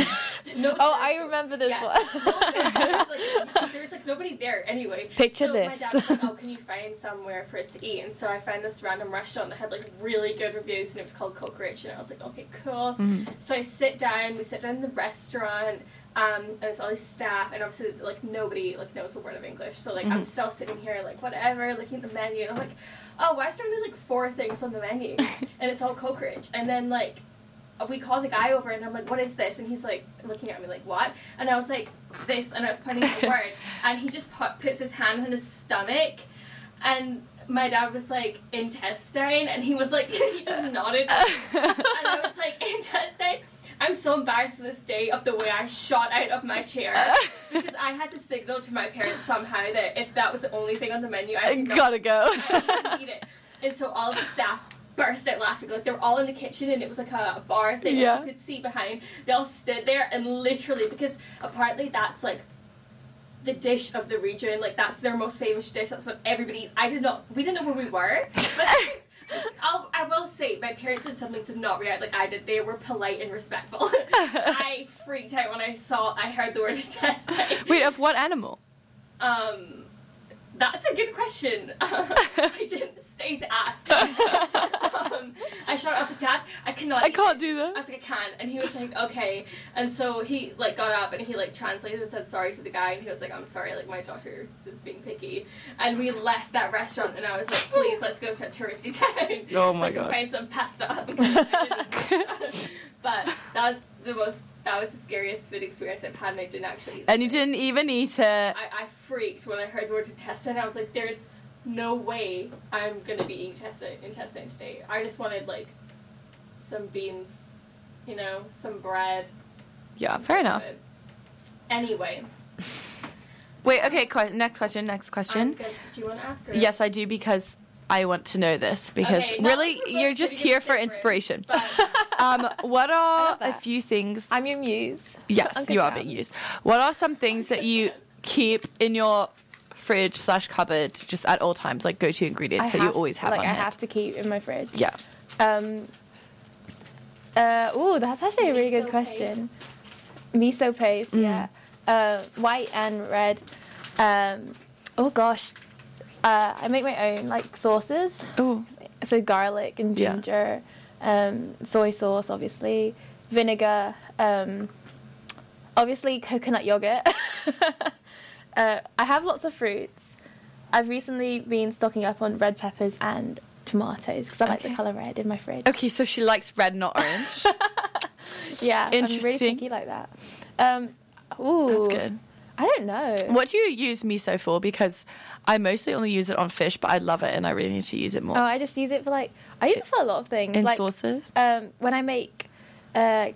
C: Oh, I
B: tourists-
C: remember this
B: Yes. No tourists. *laughs* There was,
C: *laughs* one.
B: like, there was like nobody there anyway.
C: Picture
B: so
C: this.
B: My dad was
C: *laughs*
B: like, "Oh, can you find somewhere for us to eat?" And so I found this random restaurant that had like really good reviews, and it was called Cockroach. And I was like, "Okay, cool."
A: Mm-hmm.
B: So I sit down. We sit down in the restaurant, um, and it's all these staff, and obviously like nobody like knows a word of English. So like I'm still sitting here like whatever, looking at the menu, and I'm like, "Oh, why is there only like four things on the menu?" and it's all cockroach. And then like we call the guy over and I'm like, what is this? And he's like looking at me like, what? And I was like, this, and I was pointing at the word. And he just put, puts his hand on his stomach, and my dad was like, intestine, and he was like, *laughs* he just
A: *laughs*
B: nodded. and I was like, *laughs* intestine. I'm so embarrassed to this day of the way I shot out of
A: *laughs*
B: my chair because I had to signal to my parents somehow that if that was the only thing on the menu, I
A: I
B: would
A: *laughs*
B: not
A: gotta go.
B: I couldn't *laughs* eat it. And so all the staff burst out laughing. Like they were all in the kitchen and it was like a, a bar thing
A: Yeah.
B: that you could see behind. They all stood there and literally because apparently that's like the dish of the region, like that's their most famous dish, that's what everybody eats. I did not we didn't know where we
A: *laughs*
B: were. But *laughs* I'll, I will say my parents did something to not react like I did. They were polite and respectful. *laughs* I freaked out when I saw I heard the word *laughs* intestine.
A: *laughs* Wait, of what animal?
B: Um, that's a good question. *laughs* I didn't stay to
A: *laughs*
B: ask. um, I showed. I was like, Dad, I cannot.
A: I
B: eat
A: can't
B: this."
A: do
B: I
A: that.
B: was like, I can, and he was like, okay, and so he like got up and he like translated and said sorry to the guy, and he was like, I'm sorry, like my daughter is being picky, and we left that restaurant, and I was like, please, let's go to a touristy town.
A: *laughs* Oh
B: So
A: my
B: I can
A: God.
B: Find
A: *laughs*
B: some pasta. *laughs* because I didn't eat pasta. but that was the most. That was the scariest food experience I've had, and I didn't actually. eat
A: And you
B: it.
A: didn't even eat it.
B: I, I freaked when I heard the word intestine. I was like, there's no way I'm gonna be eating intestine, intestine today. I just wanted like some beans, you know, some bread.
A: Yeah, Uh, fair enough.
B: Anyway,
A: Wait, okay, que- next question, next
B: I'm
A: question.
B: good. do you want to ask her? *laughs*
A: Yes, I do because I want to know this because
B: Okay, now
A: really
B: we're both
A: you're just
B: sitting in
A: here for
B: different-
A: inspiration.
B: But
A: *laughs* Um, what are
C: love
A: a
C: that.
A: few things?
C: I'm your muse.
A: Yes,
C: I'm good
A: you are
C: at
A: being used. What are some things that you keep in your fridge slash cupboard just at all times, like go-to ingredients that you always have
C: like
A: on
C: I
A: hand?
C: have to keep in my fridge.
A: yeah.
C: Um. Uh, oh, that's actually a really good
B: Miso
C: question. Miso paste,
A: Mm.
C: yeah. Uh, white and red. Um, oh gosh, uh, I make my own like sauces.
A: Oh,
C: So garlic and
A: Yeah.
C: ginger, um, soy sauce, obviously, vinegar, um, obviously coconut yogurt. *laughs* uh, I have lots of fruits. I've recently been stocking up on red peppers and tomatoes because I like
A: Okay.
C: the color red in my fridge.
A: okay. So she likes red, not orange.
C: Yeah, I'm really
A: Interesting.
C: picky like that. Um, ooh,
A: That's good.
C: I don't know.
A: What do you use miso for? Because I mostly only use it on fish, but I love it and I really need to use it more
C: Oh, I just use it for like I use it for a lot of things.
A: in
C: like
A: sauces.
C: um, when I make, uh,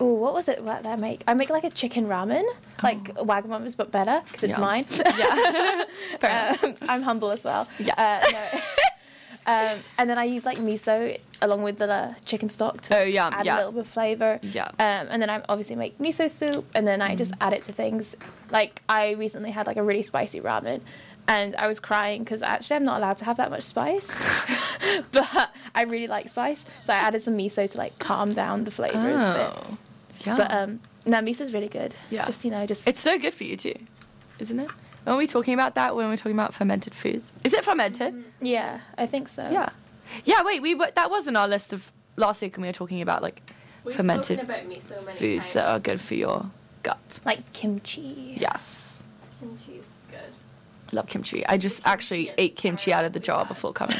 C: oh, what was it that I make? I make like a chicken ramen, like Wagamama's but better because it's
A: Oh. Yum.
C: mine.
A: *laughs*
C: *laughs*
A: Yeah. Fair enough.
C: um, I'm humble as well.
A: Yeah. *laughs*
C: Uh, no. um, and then I use like miso along with the uh, chicken stock to
A: Oh, yum,
C: add
A: yeah.
C: a little bit of flavor.
A: Yeah.
C: Um, and then I obviously make miso soup, and then I
A: Mm.
C: just add it to things. Like I recently had like a really spicy ramen. And I was crying because actually I'm not allowed to have that much spice, *laughs* but I really like spice, so I added some miso to like calm down the flavors. a bit.
A: Oh, yeah.
C: But um, no, miso's really good.
A: Yeah.
C: Just you know, just
A: It's so good for you too, isn't it? When we talking about that, when we're talking about fermented foods, is it fermented?
C: yeah, I think so.
A: Yeah, yeah. Wait, we were, that wasn't our list of last week when we were talking about like
B: we've
A: fermented
B: spoken about meat so many
A: foods
B: times.
A: that are good for your gut.
C: Like kimchi.
A: Yes,
B: Kimchi's good.
A: love kimchi. I just
B: Kimchi
A: actually
B: is
A: ate kimchi out of the jar
B: fire.
A: before *laughs* coming.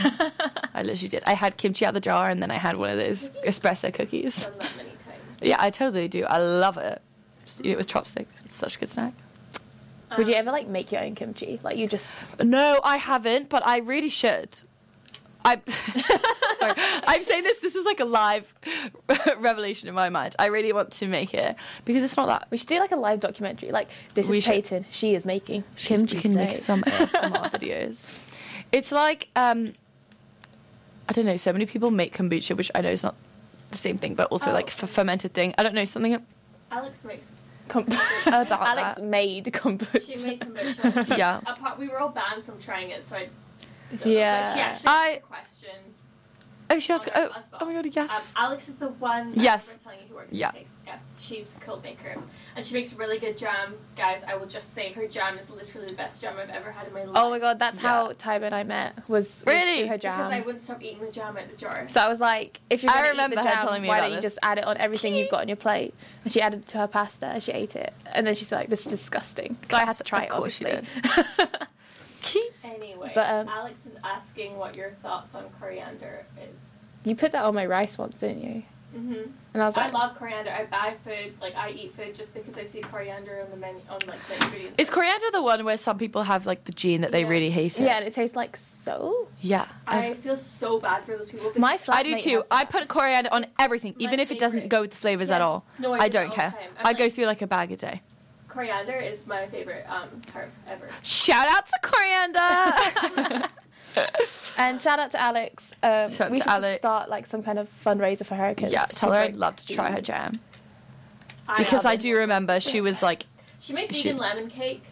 A: I literally did. I had kimchi out of the jar and then I had one of those espresso *laughs* cookies.
B: Done that many times.
A: Yeah, I totally do. I love it. Just eat it with chopsticks. It's such a good snack.
C: Would you
B: Um,
C: ever like make your own kimchi? Like you just
A: No, I haven't, but I really should. I, *laughs* sorry, I'm saying this. This is like a live *laughs* revelation in my mind. I really want to make it because it's not that
C: we should do like a live documentary. Like this
A: We
C: is
A: should.
C: Peyton. She is making
A: She's-
C: kimchi
A: we can
C: today.
A: make *laughs* some
C: *laughs*
A: ASMR videos. It's like um, I don't know. So many people make kombucha, which I know is not the same thing, but also
B: Oh.
A: like a fermented thing. I don't know something. *laughs*
B: Alex makes
C: *laughs* comp-
A: About
C: Alex
A: that.
C: made kombucha.
B: She made
A: *laughs*
B: kombucha.
A: Yeah.
B: Apart, we were all banned from trying it, so I. Don't Know, but she
C: Yeah.
B: actually
A: I-
B: asked a question.
A: Oh, she asked.
B: on
A: Oh,
B: our buzz
A: oh my god,
B: box.
A: yes.
B: Um, Alex is the one.
A: Yes.
B: I was telling you who works
A: Yeah.
B: yeah. Taste. Yeah. She's a quilt maker, and she makes really good jam, guys. I will just say her jam is literally the best jam I've ever had in my life.
C: Oh my god, that's
A: Yeah.
C: how Tyba and I met. Was with
A: Really?
C: her
B: Because I
C: jam.
B: wouldn't stop eating the jam out the jar.
C: So I was like, if you're
A: I
C: gonna
A: remember
C: eat
A: her
C: the jam,
A: telling me
C: why
A: about
C: don't you
A: this.
C: just add it on everything you've got on your plate? And she added it to her pasta and she ate it. And then she's like, this is disgusting. So I had to try
A: Of
C: it.
A: course she
C: obviously.
A: *laughs*
B: Anyway,
C: But, um,
B: Alex is asking what your thoughts on coriander is.
C: you put that on my rice once, didn't you?
B: Mm-hmm.
C: And I was
B: I
C: like,
B: love coriander. I buy food, like I eat food just because I see coriander on the menu, on like the ingredients.
A: Is coriander the one where some people have like the gene that they
B: Yeah.
A: really hate it?
C: yeah, and it tastes like so.
A: Yeah.
B: I
A: I've-
B: feel so bad for those people. because-
C: My flat
A: I do too. I put coriander on everything,
B: My
A: even if it doesn't
B: favourite.
A: go with the flavors
B: Yes.
A: at all.
B: No,
A: I
B: do it
A: don't
B: all
A: care.
B: the time. I'm
A: I go
B: like,
A: through like a bag a day.
B: Coriander is my favorite um, herb ever.
A: Shout out to
B: *laughs*
A: coriander. *laughs*
C: And shout out to Alex. Um,
A: Shout out
C: we
A: to
C: should
A: Alex.
C: start like some kind of fundraiser for her. 'cause
A: yeah,
C: she
A: tell her I'd
C: brings
A: love to try her
C: food.
A: jam because
B: love
A: I
B: it.
A: do remember she
B: *laughs*
A: was like,
B: She made vegan
A: she-
B: lemon cake.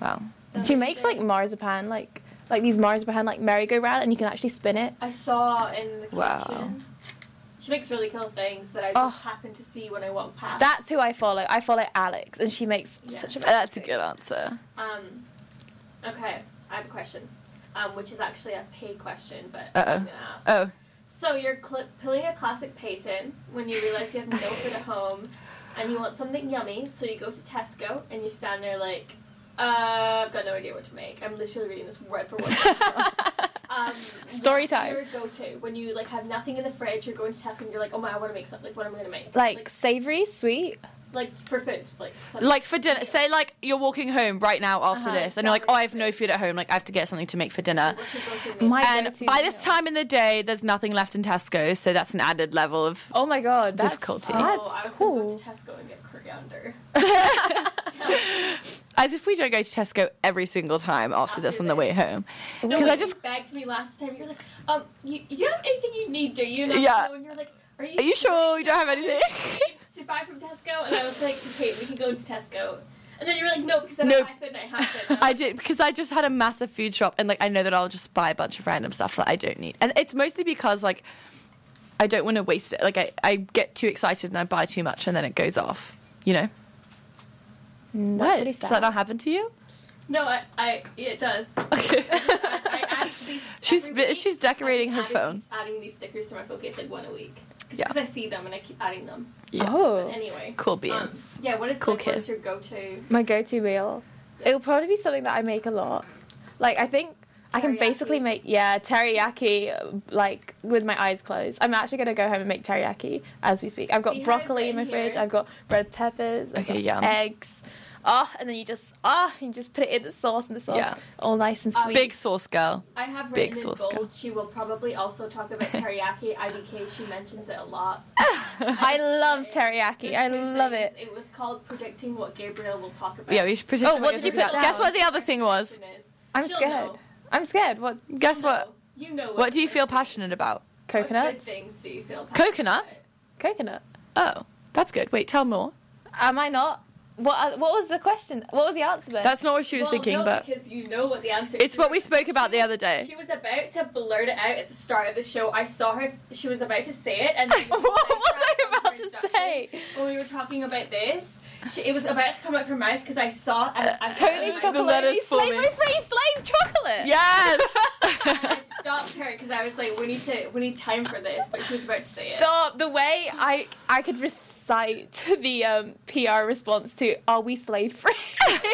A: well,
B: That
C: She
B: was
C: makes
B: good.
C: like marzipan, like like these marzipan like merry-go-round, and you can actually spin it.
B: I saw in the kitchen.
A: Wow.
B: She makes really cool things that I
C: Oh.
B: just happen to see when I walk past.
C: That's who I follow. I follow Alex, and she makes
B: Yeah.
C: such a.
A: that's a good answer.
B: Um, okay, I have a question, um, which is actually a pay question, but
A: Uh-oh.
B: I'm gonna ask.
C: Uh.
A: Oh, *laughs*
B: So you're cl- pulling a classic Payton when you realize
C: *laughs*
B: you have no food at home, and you want something yummy, so you go to Tesco and you stand there like, uh, I've got no idea what to make. I'm literally reading this word for
C: *laughs*
B: word.
A: *laughs*
B: Um,
C: Story
B: what's
C: time.
B: Your go-to when you like have nothing in the fridge, you're going to Tesco and you're like, oh my, I want to make something. Like, what am I gonna make?
C: like savory, sweet.
B: like, like for food, like something.
A: like for dinner. Say like you're walking home right now after
C: Uh-huh,
A: this, and you're like, oh, I have no
B: exactly.
A: food at home. Like I have to get something to make for dinner.
B: What's your go-to meal?
C: My
A: And
C: go-to
A: by this
C: meal.
A: time in the day, there's nothing left in Tesco, so that's an added level of
C: Oh my god, that's,
A: Difficulty.
B: Oh,
C: That's
B: I was gonna go
C: cool.
B: to Tesco and get coriander.
A: As if we don't go to Tesco every single time after
B: After
A: this on the
B: this.
A: way home.
B: No,
A: Because
B: like,
A: I just.
B: you begged me last time. You're like, um, you, you don't have anything you need, do you? And I was
A: Yeah.
B: like, no, And you're like, are you?
A: Are you sure we don't have
C: *laughs*
A: anything?
B: To buy from Tesco, and I was like, okay, we can go into Tesco. And then you were like, no, because then
A: No.
B: I buy food and I have food. And
A: *laughs* I did because I just had a massive food shop and like I know that I'll just buy a bunch of random stuff that I don't need. And it's mostly because like I don't want to waste it. Like I, I get too excited and I buy too much and then it goes off. You know?
C: Mm, that's
A: What?
C: really
A: Does that not
C: sad.
A: happen to
C: *laughs*
A: you? *laughs*
B: No, I, I, it does. I,
A: *laughs*
B: I add these
A: She's
B: every
A: bi-
B: week.
A: she's decorating
B: I'm
A: her
B: adding
A: phone.
B: these- adding these stickers to my phone case like one a week. Because
A: Yeah.
B: I see them and I keep adding them.
A: Yeah.
B: But
C: Oh,
B: anyway.
A: Cool
B: Um,
A: beans.
B: yeah, what is
A: Cool
B: like, what
A: kid.
B: is your go-to?
C: my go-to meal. It'll probably be something that I make a lot. Like I think I can basically
B: Teriyaki.
C: make yeah teriyaki uh, like with my eyes closed. I'm actually gonna go home and make teriyaki as we speak. I've got
B: See how I'm
C: broccoli in my
B: getting
C: fridge.
B: here?
C: I've got red peppers. I've
A: Okay,
C: got
A: yum.
C: Eggs. Oh, and then you just ah, you just put it in the sauce and the sauce
A: Yeah.
C: all nice and
B: Um,
C: sweet.
A: Big sauce girl.
B: I have
A: Big
B: written in
A: sauce girl.
B: bold. She will probably also talk
A: *laughs*
B: about teriyaki. IDK, she mentions it a lot.
C: *laughs* I love
B: There's
C: teriyaki. I
B: two
C: love
B: things.
C: it.
B: It was called predicting what Gabriel will talk
A: *laughs*
B: about.
A: Yeah, we should pretend.
C: Oh, what did you put down?
A: Guess what the other thing was?
B: Question is-
C: I'm
B: She'll
C: scared.
B: know.
C: I'm scared. What
A: Guess
B: She'll
A: what?
B: know. You know.
A: What do you feel
B: question is.
A: passionate about?
B: What good
C: coconuts?
B: things do you feel? Passionate
A: Coconut?
C: Coconut.
A: Oh, that's good. Wait, tell more.
C: Am I not? What What was the question? What was the answer then?
A: That's not what she
B: About?
A: was
B: Well,
A: thinking,
B: no,
A: but
B: because you know what the answer.
A: it's
B: is.
A: what we spoke about the other day.
B: She was about to blurt it out at the start of the show. I saw her. She was about to say it, and then you
C: *laughs* *laughs*
B: just,
C: what
B: like,
C: was I
B: grabbed
C: about
B: her
C: to
B: introduction
C: say?
B: When we were talking about this, she, it was about to come out of her mouth because I saw. And I saw
C: Tony's
B: and I-
C: chocolate.
A: letters
C: Slave
A: forming.
C: my free slave
A: *laughs*
C: chocolate.
A: Yes.
C: *laughs*
B: I stopped her because I was like, "We need to, we need time for this." But she was about to say it.
C: Stop. The way I I could recite the um, PR response to "Are we slave free?"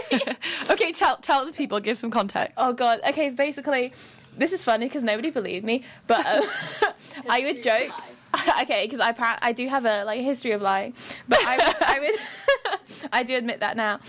C: *laughs*
A: okay, tell tell the people. Give some context.
C: oh god. Okay. So basically, this is funny because nobody believed me, but
B: *laughs*
C: um, I would
B: History of
C: joke.
B: lies.
C: *laughs* okay, because I appar- I do have a like history of lying, but I would, *laughs*
B: *laughs*
C: I, would I do admit that now.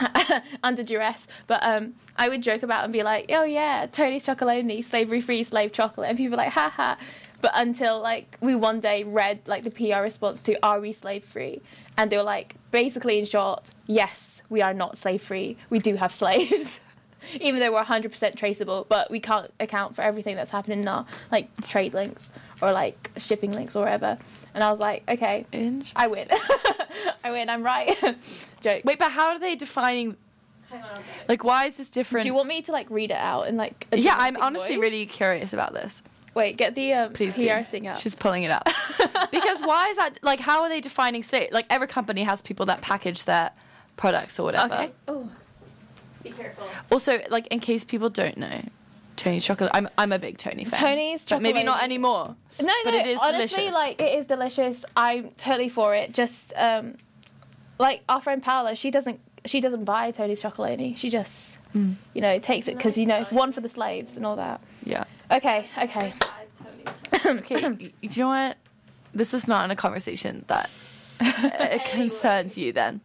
C: *laughs* under duress, but um, I would joke about and be like, "Oh yeah, Tony's chocolonely, slavery-free slave chocolate," and people were like, "Ha ha!" But until like we one day read like the PR response to "Are we slave-free?" and they were like, basically in short, "Yes, we are not slave-free. We do have slaves." *laughs* even though we're 100% traceable, but we can't account for everything that's happening in our like trade links or like shipping links or whatever. And I was like, okay,
A: Inch.
C: I win. *laughs* I win. I'm right. *laughs* Joke.
A: Wait, but how are they defining?
B: Hang on, I'll get it.
A: Like, why is this different?
C: do you want me to like read it out and like? a
A: yeah, I'm
C: dramatic
A: honestly
C: voice?
A: really curious about this.
C: Wait, get the um,
A: Please do.
C: PR thing up. *laughs*
A: She's pulling it up. because why is that? Like, how are they defining safe? Like, every company has people that package their products or whatever.
C: Okay. Oh,
B: Be careful.
A: Also, like, in case people don't know, Tony's chocolate. I'm I'm a big Tony fan.
C: Tony's
A: But maybe not
C: chocolate.
A: anymore.
C: No,
A: But
C: no.
A: it is
C: honestly,
A: delicious.
C: like it is delicious. I'm totally for it. Just um, like our friend Paola, she doesn't she doesn't buy Tony's chocolatini. She just
A: Mm.
C: you know takes it because you know it's one for the slaves and all that. *coughs*
A: Yeah.
C: Okay, okay.
B: Five, Tony's chocolate.
A: Okay. y- do you know what? This is not in a conversation that *laughs* uh, concerns you. Then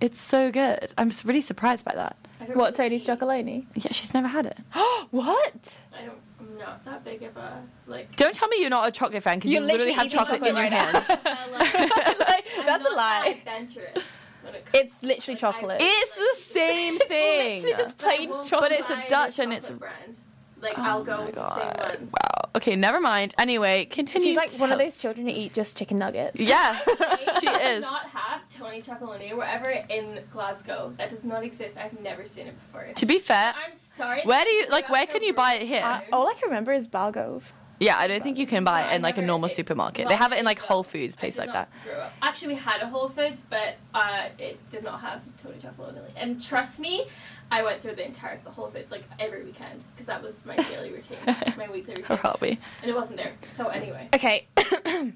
A: it's so good. I'm s- really surprised by that.
B: I don't
C: What
B: really
C: Tony's chocolatini?
A: Yeah, she's never had it.
C: *gasps* what?
B: eat- I don't. I'm not that big of a like.
A: Don't tell me you're not a chocolate fan because you
C: You're
A: literally,
C: literally
A: have
C: eating
A: chocolate, in your
C: chocolate right
A: hand.
B: I
C: *laughs*
B: like-
C: Like,
B: I'm
C: that's
B: not
C: a lie.
B: That adventurous. when it comes-
C: It's literally
B: Like, I-
C: chocolate.
A: It's the
B: *laughs*
A: same thing.
C: literally just
B: but I
C: plain
B: won't
C: chocolate.
A: But it's a
B: buy the
A: Dutch and it's-
B: chocolate brand. Like
A: Oh
B: I'll go
A: my
B: with the
A: God.
B: same ones.
A: Wow. *laughs* Okay, never mind. Anyway, continue.
C: She's like one of
A: to-
C: those children who eat just chicken
A: *laughs*
B: *laughs*
C: nuggets.
A: Yeah,
B: I
A: she
B: do
A: is.
B: Not have Tony Chocolonely wherever in Glasgow. That does not exist. I've never seen it before.
A: To be fair,
B: I'm sorry.
A: where do you like? Where can you buy it
C: Uh,
A: here?
C: all I can remember is Bargove.
A: Yeah, I don't think you can buy
B: No,
A: it in like a
B: never-
A: normal
B: it-
A: supermarket.
B: not
A: They have it in like
B: Glasgow.
A: Whole Foods,
B: I
A: places
B: did
A: like
B: *laughs*
A: that.
B: not grow up- Actually, we had a Whole Foods, but uh, it did not have Tony Chocolonely. And trust me, I went through the entire the Whole Foods like every weekend because that
A: *laughs*
B: was my daily routine, my weekly routine,
A: Where are we?
B: and it wasn't there. So anyway,
C: Okay. *coughs*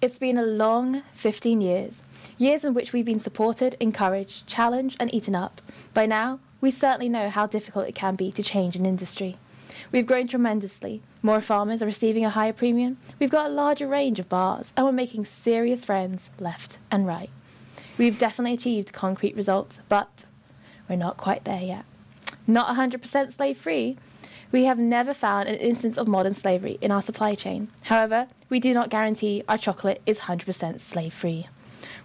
C: it's been a long 15 years. Years in which we've been supported, encouraged, challenged, and eaten up. By now, we certainly know how difficult it can be to change an industry. We've grown tremendously. More farmers are receiving a higher premium. We've got a larger range of bars, and we're making serious friends left and right. We've definitely achieved concrete results, but we're not quite there yet. Not 100% slave free, we have never found an instance of modern slavery in our supply chain. However, we do not guarantee our chocolate is 100% slave free.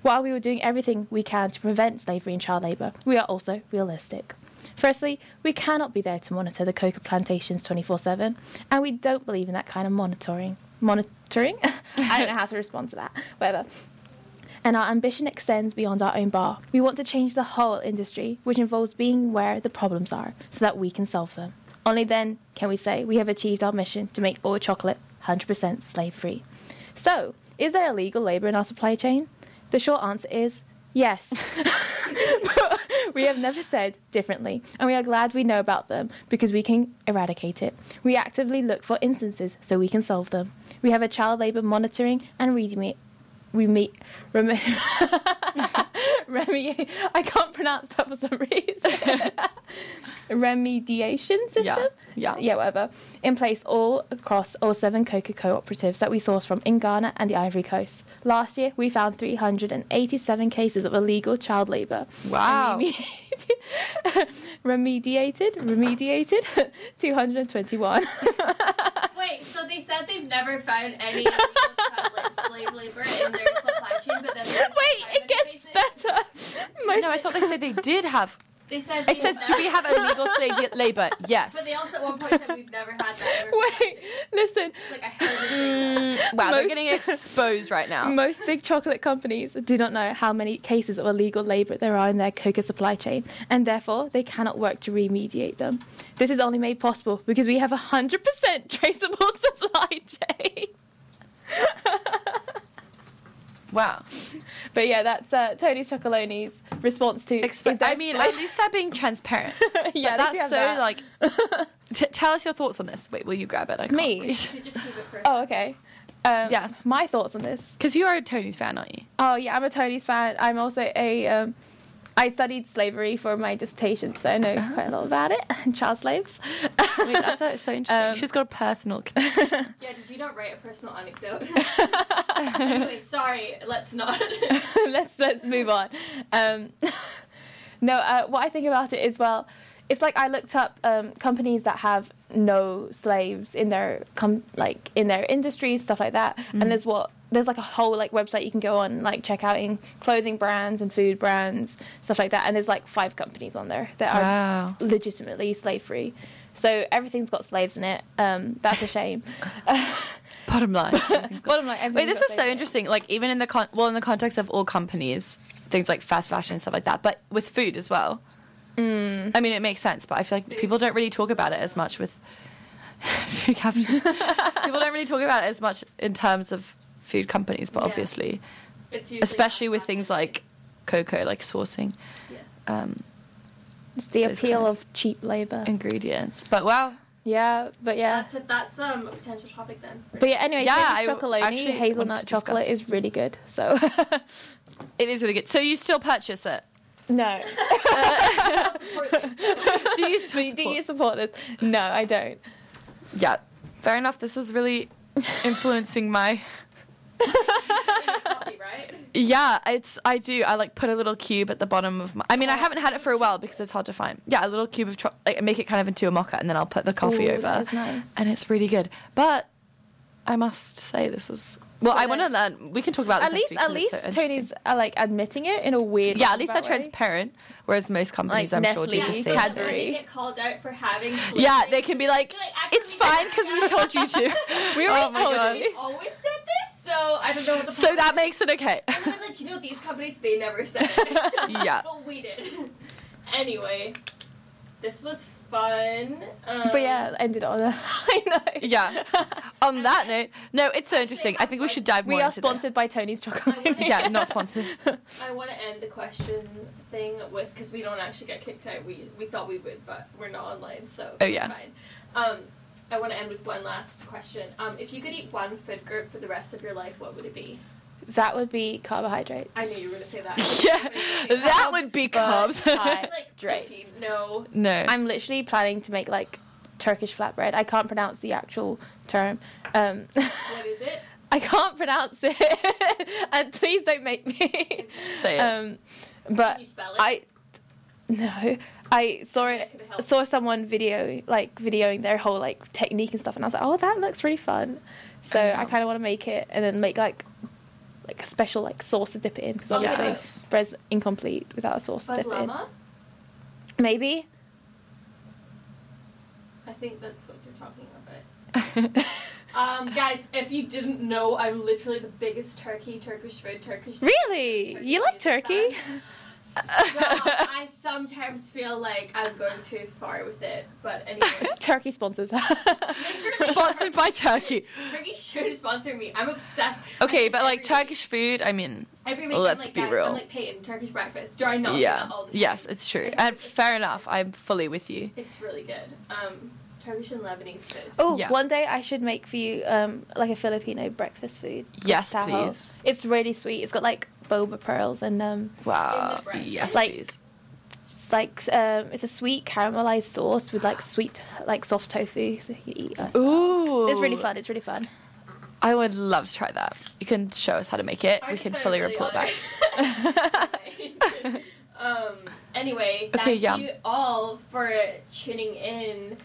C: While we were doing everything we can to prevent slavery and child labour, we are also realistic. Firstly, we cannot be there to monitor the coca plantations 24 7, and we don't believe in that kind of monitoring. Monitoring? *laughs* I don't know how to respond to that. Whatever and our ambition extends beyond our own bar. We want to change the whole industry, which involves being where the problems are so that we can solve them. Only then can we say we have achieved our mission to make all chocolate 100% slave free. So, is there illegal labour in our supply chain? The short answer is yes. *laughs* we have never said differently, and we are glad we know about them because we can eradicate it. We actively look for instances so we can solve them. We have a child labour monitoring and remedi- reme- *laughs* reme- reme- I can't pronounce that for some reason. *laughs* Remediation system?
A: Yeah, yeah.
C: Yeah, whatever. In place all across all seven coca cooperatives that we source from in Ghana and the Ivory Coast. Last year, we found 387 cases of illegal child labour.
A: Wow.
C: And remediated, *laughs* remediated, *laughs* 221.
B: wait. So they said they've never found any illegal child slave labor in their supply chain, but then they just
C: Wait,
B: find
C: it gets
B: cases.
C: better. Most-
A: No, I thought they said they did have.
B: They said
A: It
B: they
A: says, do
B: never-
A: we have illegal slave labor? Yes.
B: But they also at one point said we've never
A: *laughs*
B: had that. in our supply
C: Wait,
B: chain."
C: listen.
B: Like I heard them say that.
A: Mm, Wow, they're
C: Most-
A: getting exposed right now.
C: *laughs* Most big chocolate companies do not know how many cases of illegal labour there are in their coca supply chain, and therefore they cannot work to remediate them. This is only made possible because we have a 100% traceable *laughs* supply chain.
A: wow.
C: But yeah, that's uh, Tony Chocoloni's response to.
A: Expo-
C: is there
A: I mean,
C: sla-
A: at least they're being transparent.
C: yeah,
A: But
C: they do
A: that's
C: have
A: so
C: that.
A: like.
C: *laughs*
A: T- tell us your thoughts on this. Wait, will you grab it? I can't
C: Me?
B: You just keep it for
C: Oh, okay. Um,
A: Yes.
C: My thoughts on this.
A: Because you are a Tony's fan, aren't you?
C: Oh yeah, I'm a Tony's fan. I'm also a. Um, I studied slavery for my dissertation, so I know
A: Ah.
C: quite a lot about it *laughs* and child slaves.
A: Wait, that's uh, so interesting.
C: Um,
A: She's got a personal.
B: Yeah, did you not write a personal
A: *laughs*
B: anecdote? anyway, sorry, let's not. *laughs*
C: *laughs* let's let's move on. Um, *laughs* no, uh, what I think about it is well, it's like I looked up um, companies that have
A: Mm.
C: no slaves in their com- like in their industries, stuff like that, and there's what there's like a whole like website you can go on and like check out in clothing brands and food brands stuff like that and there's like five companies on there that are
A: Wow.
C: legitimately slave free so everything's got slaves in it um, that's
A: *laughs*
C: a shame
A: *laughs* Bottom
C: *laughs*
A: line.
C: bottom line
A: Wait,
C: everything's
A: this
C: got
A: is so
C: slaves in it.
A: interesting. Like even in the con- well, in the context of all companies, things like fast fashion and stuff like that, but with food as well.
C: Mm-hmm.
A: Mm. I mean, it makes sense, but I feel like people don't really talk about it as much with *laughs* food
C: *laughs*
A: companies. people don't really talk about it as much in terms of food companies, but
B: Yeah.
A: obviously,
B: It's usually
A: especially with
B: fast
A: things
B: fashion.
A: like cocoa, like sourcing
B: Yes.
A: um,
C: it's the
A: those
C: appeal
A: kind
C: of cheap labor
A: ingredients. But wow,
C: yeah but yeah
B: That's, a, that's um, a potential topic then. for-
C: but yeah, anyway,
A: Yeah,
C: yeah,
A: I w-
C: chocolate
A: actually wanted
C: hazelnut
A: to discuss
C: chocolate
A: this.
C: is really good. So
A: *laughs*
C: *laughs*
A: it is really good. So you still purchase it?
C: no,
B: Or at least-
A: Do *laughs* you still?
C: do, do
A: support-
C: you support this? No, I don't.
A: Yeah, fair enough. This is *laughs* really influencing my.
B: coffee,
A: *laughs*
B: right?
A: Yeah, it's I do. I like put a little cube at the bottom of my. I mean, I
C: Oh.
A: haven't had it for a while because it's hard to find. Yeah, a little cube of chocolate. Like, make it kind of into a mocha, and then I'll put the coffee
C: Ooh,
A: over,
C: that is nice.
A: and it's really good. But I must say, this is well. I want to
C: Got
A: learn. We can talk about this
C: at
A: next week 'cause
C: least, at
A: it's
C: least
A: so interesting.
C: Tony's uh, like admitting it in a weird.
A: Yeah, at least they're
C: roundabout way.
A: transparent. Whereas most companies, I'm sure, do
C: Nestle,
A: the
B: so
A: same.
B: when
C: Cadbury.
B: they get called out for having.
A: Yeah,
B: slaves,
A: they can be like,
B: they're like, "Actually,
A: it's fine because we told you to.
C: *laughs*
A: *laughs* Oh
C: We already told you.
B: We've oh, always said this, so I don't know what the.
A: So
B: problem
A: that
B: is."
A: makes it
C: *laughs*
A: okay.
B: And then, like, you know, these companies, they never said it.
A: *laughs*
B: *laughs*
A: yeah.
B: but we did. Anyway, this was fun. Um,
C: But yeah, ended on a *laughs* high note.
A: *laughs*
C: *laughs*
A: Yeah. On that note, no, it's so interesting. I think we should dive more
C: we are
A: into this.
C: sponsored by Tony's chocolate.
A: *laughs* Yeah, not sponsored. *laughs*
B: I want to end the question thing with because we don't actually get kicked out. We we thought we would, but we're not online, so
A: Oh, yeah.
B: it's fine. Um, I want to end with one last question. Um, if you could eat one food group for the rest of your life, what would it be?
C: *laughs* that would be carbohydrates.
B: I knew you were gonna say that.
A: *laughs*
C: *laughs*
A: yeah, that would be
C: But
A: carbs.
C: I-
B: like
C: Drapes.
B: protein. No.
A: *laughs* no,
C: I'm literally planning to make like Turkish flatbread. I can't pronounce the actual term. Um, *laughs*
B: What is it?
C: I can't pronounce it, *laughs* and please don't make me.
A: say it.
C: Um,
B: Can
C: but
B: you spell it?
C: I no, I saw
B: That
C: it.
B: could help.
C: Saw someone video like videoing their whole like technique and stuff, and I was like, oh, that looks really fun. So
A: I know.
C: I kind of want to make it and then make like like a special like sauce to dip it in because
B: Yes.
C: obviously bread's incomplete without a sauce to
B: Buzz
C: dip it in.
B: llama?
C: Maybe
B: I think that's what you're talking about. Um, guys, if you didn't know, I'm literally the biggest turkey, Turkish food, Turkish.
C: really, you like turkey?
A: *laughs*
B: So I sometimes feel like I'm going too far with it, but anyway.
A: *laughs*
C: turkey sponsors. *laughs*
B: Literally,
A: *laughs* Sponsored by Turkey.
B: Turkey should sponsor me. I'm obsessed.
A: Okay,
B: I-
A: but like
B: every-
A: Turkish food, I mean,
B: Every week,
A: let's
B: I'm like,
A: be
B: guys,
A: real.
B: I'm like Peyton, Turkish breakfast. Do I not? do
A: yeah,
B: that all the time?
A: yes, it's true.
B: Turkish
A: And
B: food.
A: fair enough, I'm fully with you.
B: It's really good. Um, Turkish and Lebanese food.
C: Oh,
A: Yeah.
C: one day I should make for you um, like a Filipino breakfast food.
A: Yes,
C: Taho.
A: please.
C: It's really sweet. It's got like boba pearls and um,
A: Wow,
B: bread.
A: yes,
C: Like-
A: please.
C: it's like um, it's a sweet caramelized sauce with like sweet like soft tofu. So you eat. it.
A: Ooh,
C: It's really fun. It's
A: *laughs*
C: really fun.
A: I would love to try that. You can show us how to make it. we can fully report back.
B: *laughs*
A: *laughs*
B: back. um, anyway,
A: Okay,
B: thank
A: yeah.
B: you all for tuning in.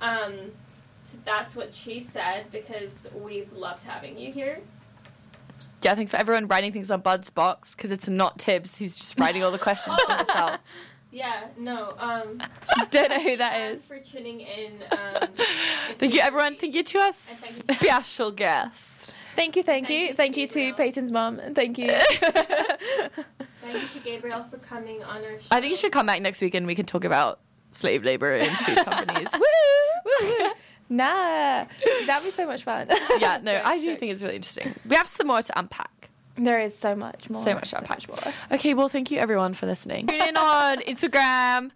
B: Um, to that's what she said because we've loved having you here.
A: Yeah, thanks for everyone writing things on Bud's box because it's not Tibbs who's just writing all the questions to
B: *laughs*
A: himself.
B: Yeah, no. Um,
C: Don't know who that
B: thanks
C: is.
B: for tuning in.
A: *laughs*
B: Um, it's
A: Thank you,
B: been
A: everyone.
B: great.
A: Thank you to our
B: And thank you to-
A: special guest.
C: Thank you, thank,
B: Thank
C: you,
B: you,
C: thank you to
B: Gabriel.
C: Peyton's mum, and thank you.
B: Thank you to Gabriel for coming on our show.
A: I think you should come back next week and we can talk about slave labor and *laughs* food
B: *laughs*
C: *laughs*
A: companies.
C: Woo-hoo. *laughs* nah, that'd be so much fun.
A: *laughs* yeah, no,
C: *laughs* Jokes,
A: I do
C: jokes.
A: think it's really interesting. We have some more to unpack.
C: there is so much more.
A: So much to unpack. Okay, well, thank you everyone for listening. Tune in on Instagram,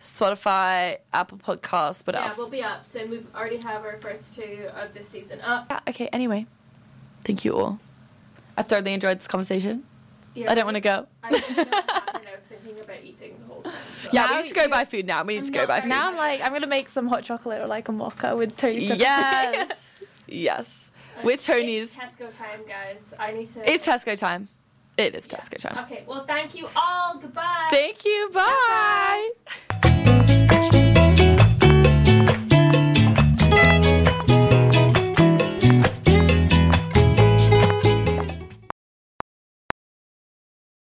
A: Spotify, Apple Podcasts, what
B: Yeah,
A: else?
B: we'll be up soon. We have already have our first two of this season up.
A: Yeah, okay, anyway, thank you all. I thoroughly enjoyed this conversation. I don't want to go.
B: I didn't know what happened. I was thinking about eating the whole time. so-
A: *laughs* Yeah, we
C: Now
A: need to go
C: you-
A: buy food now. We need to
B: I'm
A: go
B: not
A: buy
B: very
A: food.
C: Now I'm like, I'm gonna make some hot chocolate or like a mocha with Tony's chocolate. *laughs*
A: Yes. yes. With
B: It's
A: Tony's.
B: Tesco time, guys. I need to.
A: It's Tesco time. It is
B: Yeah.
A: Tesco time.
B: Okay, well, thank you all. Goodbye.
A: Thank you. Bye.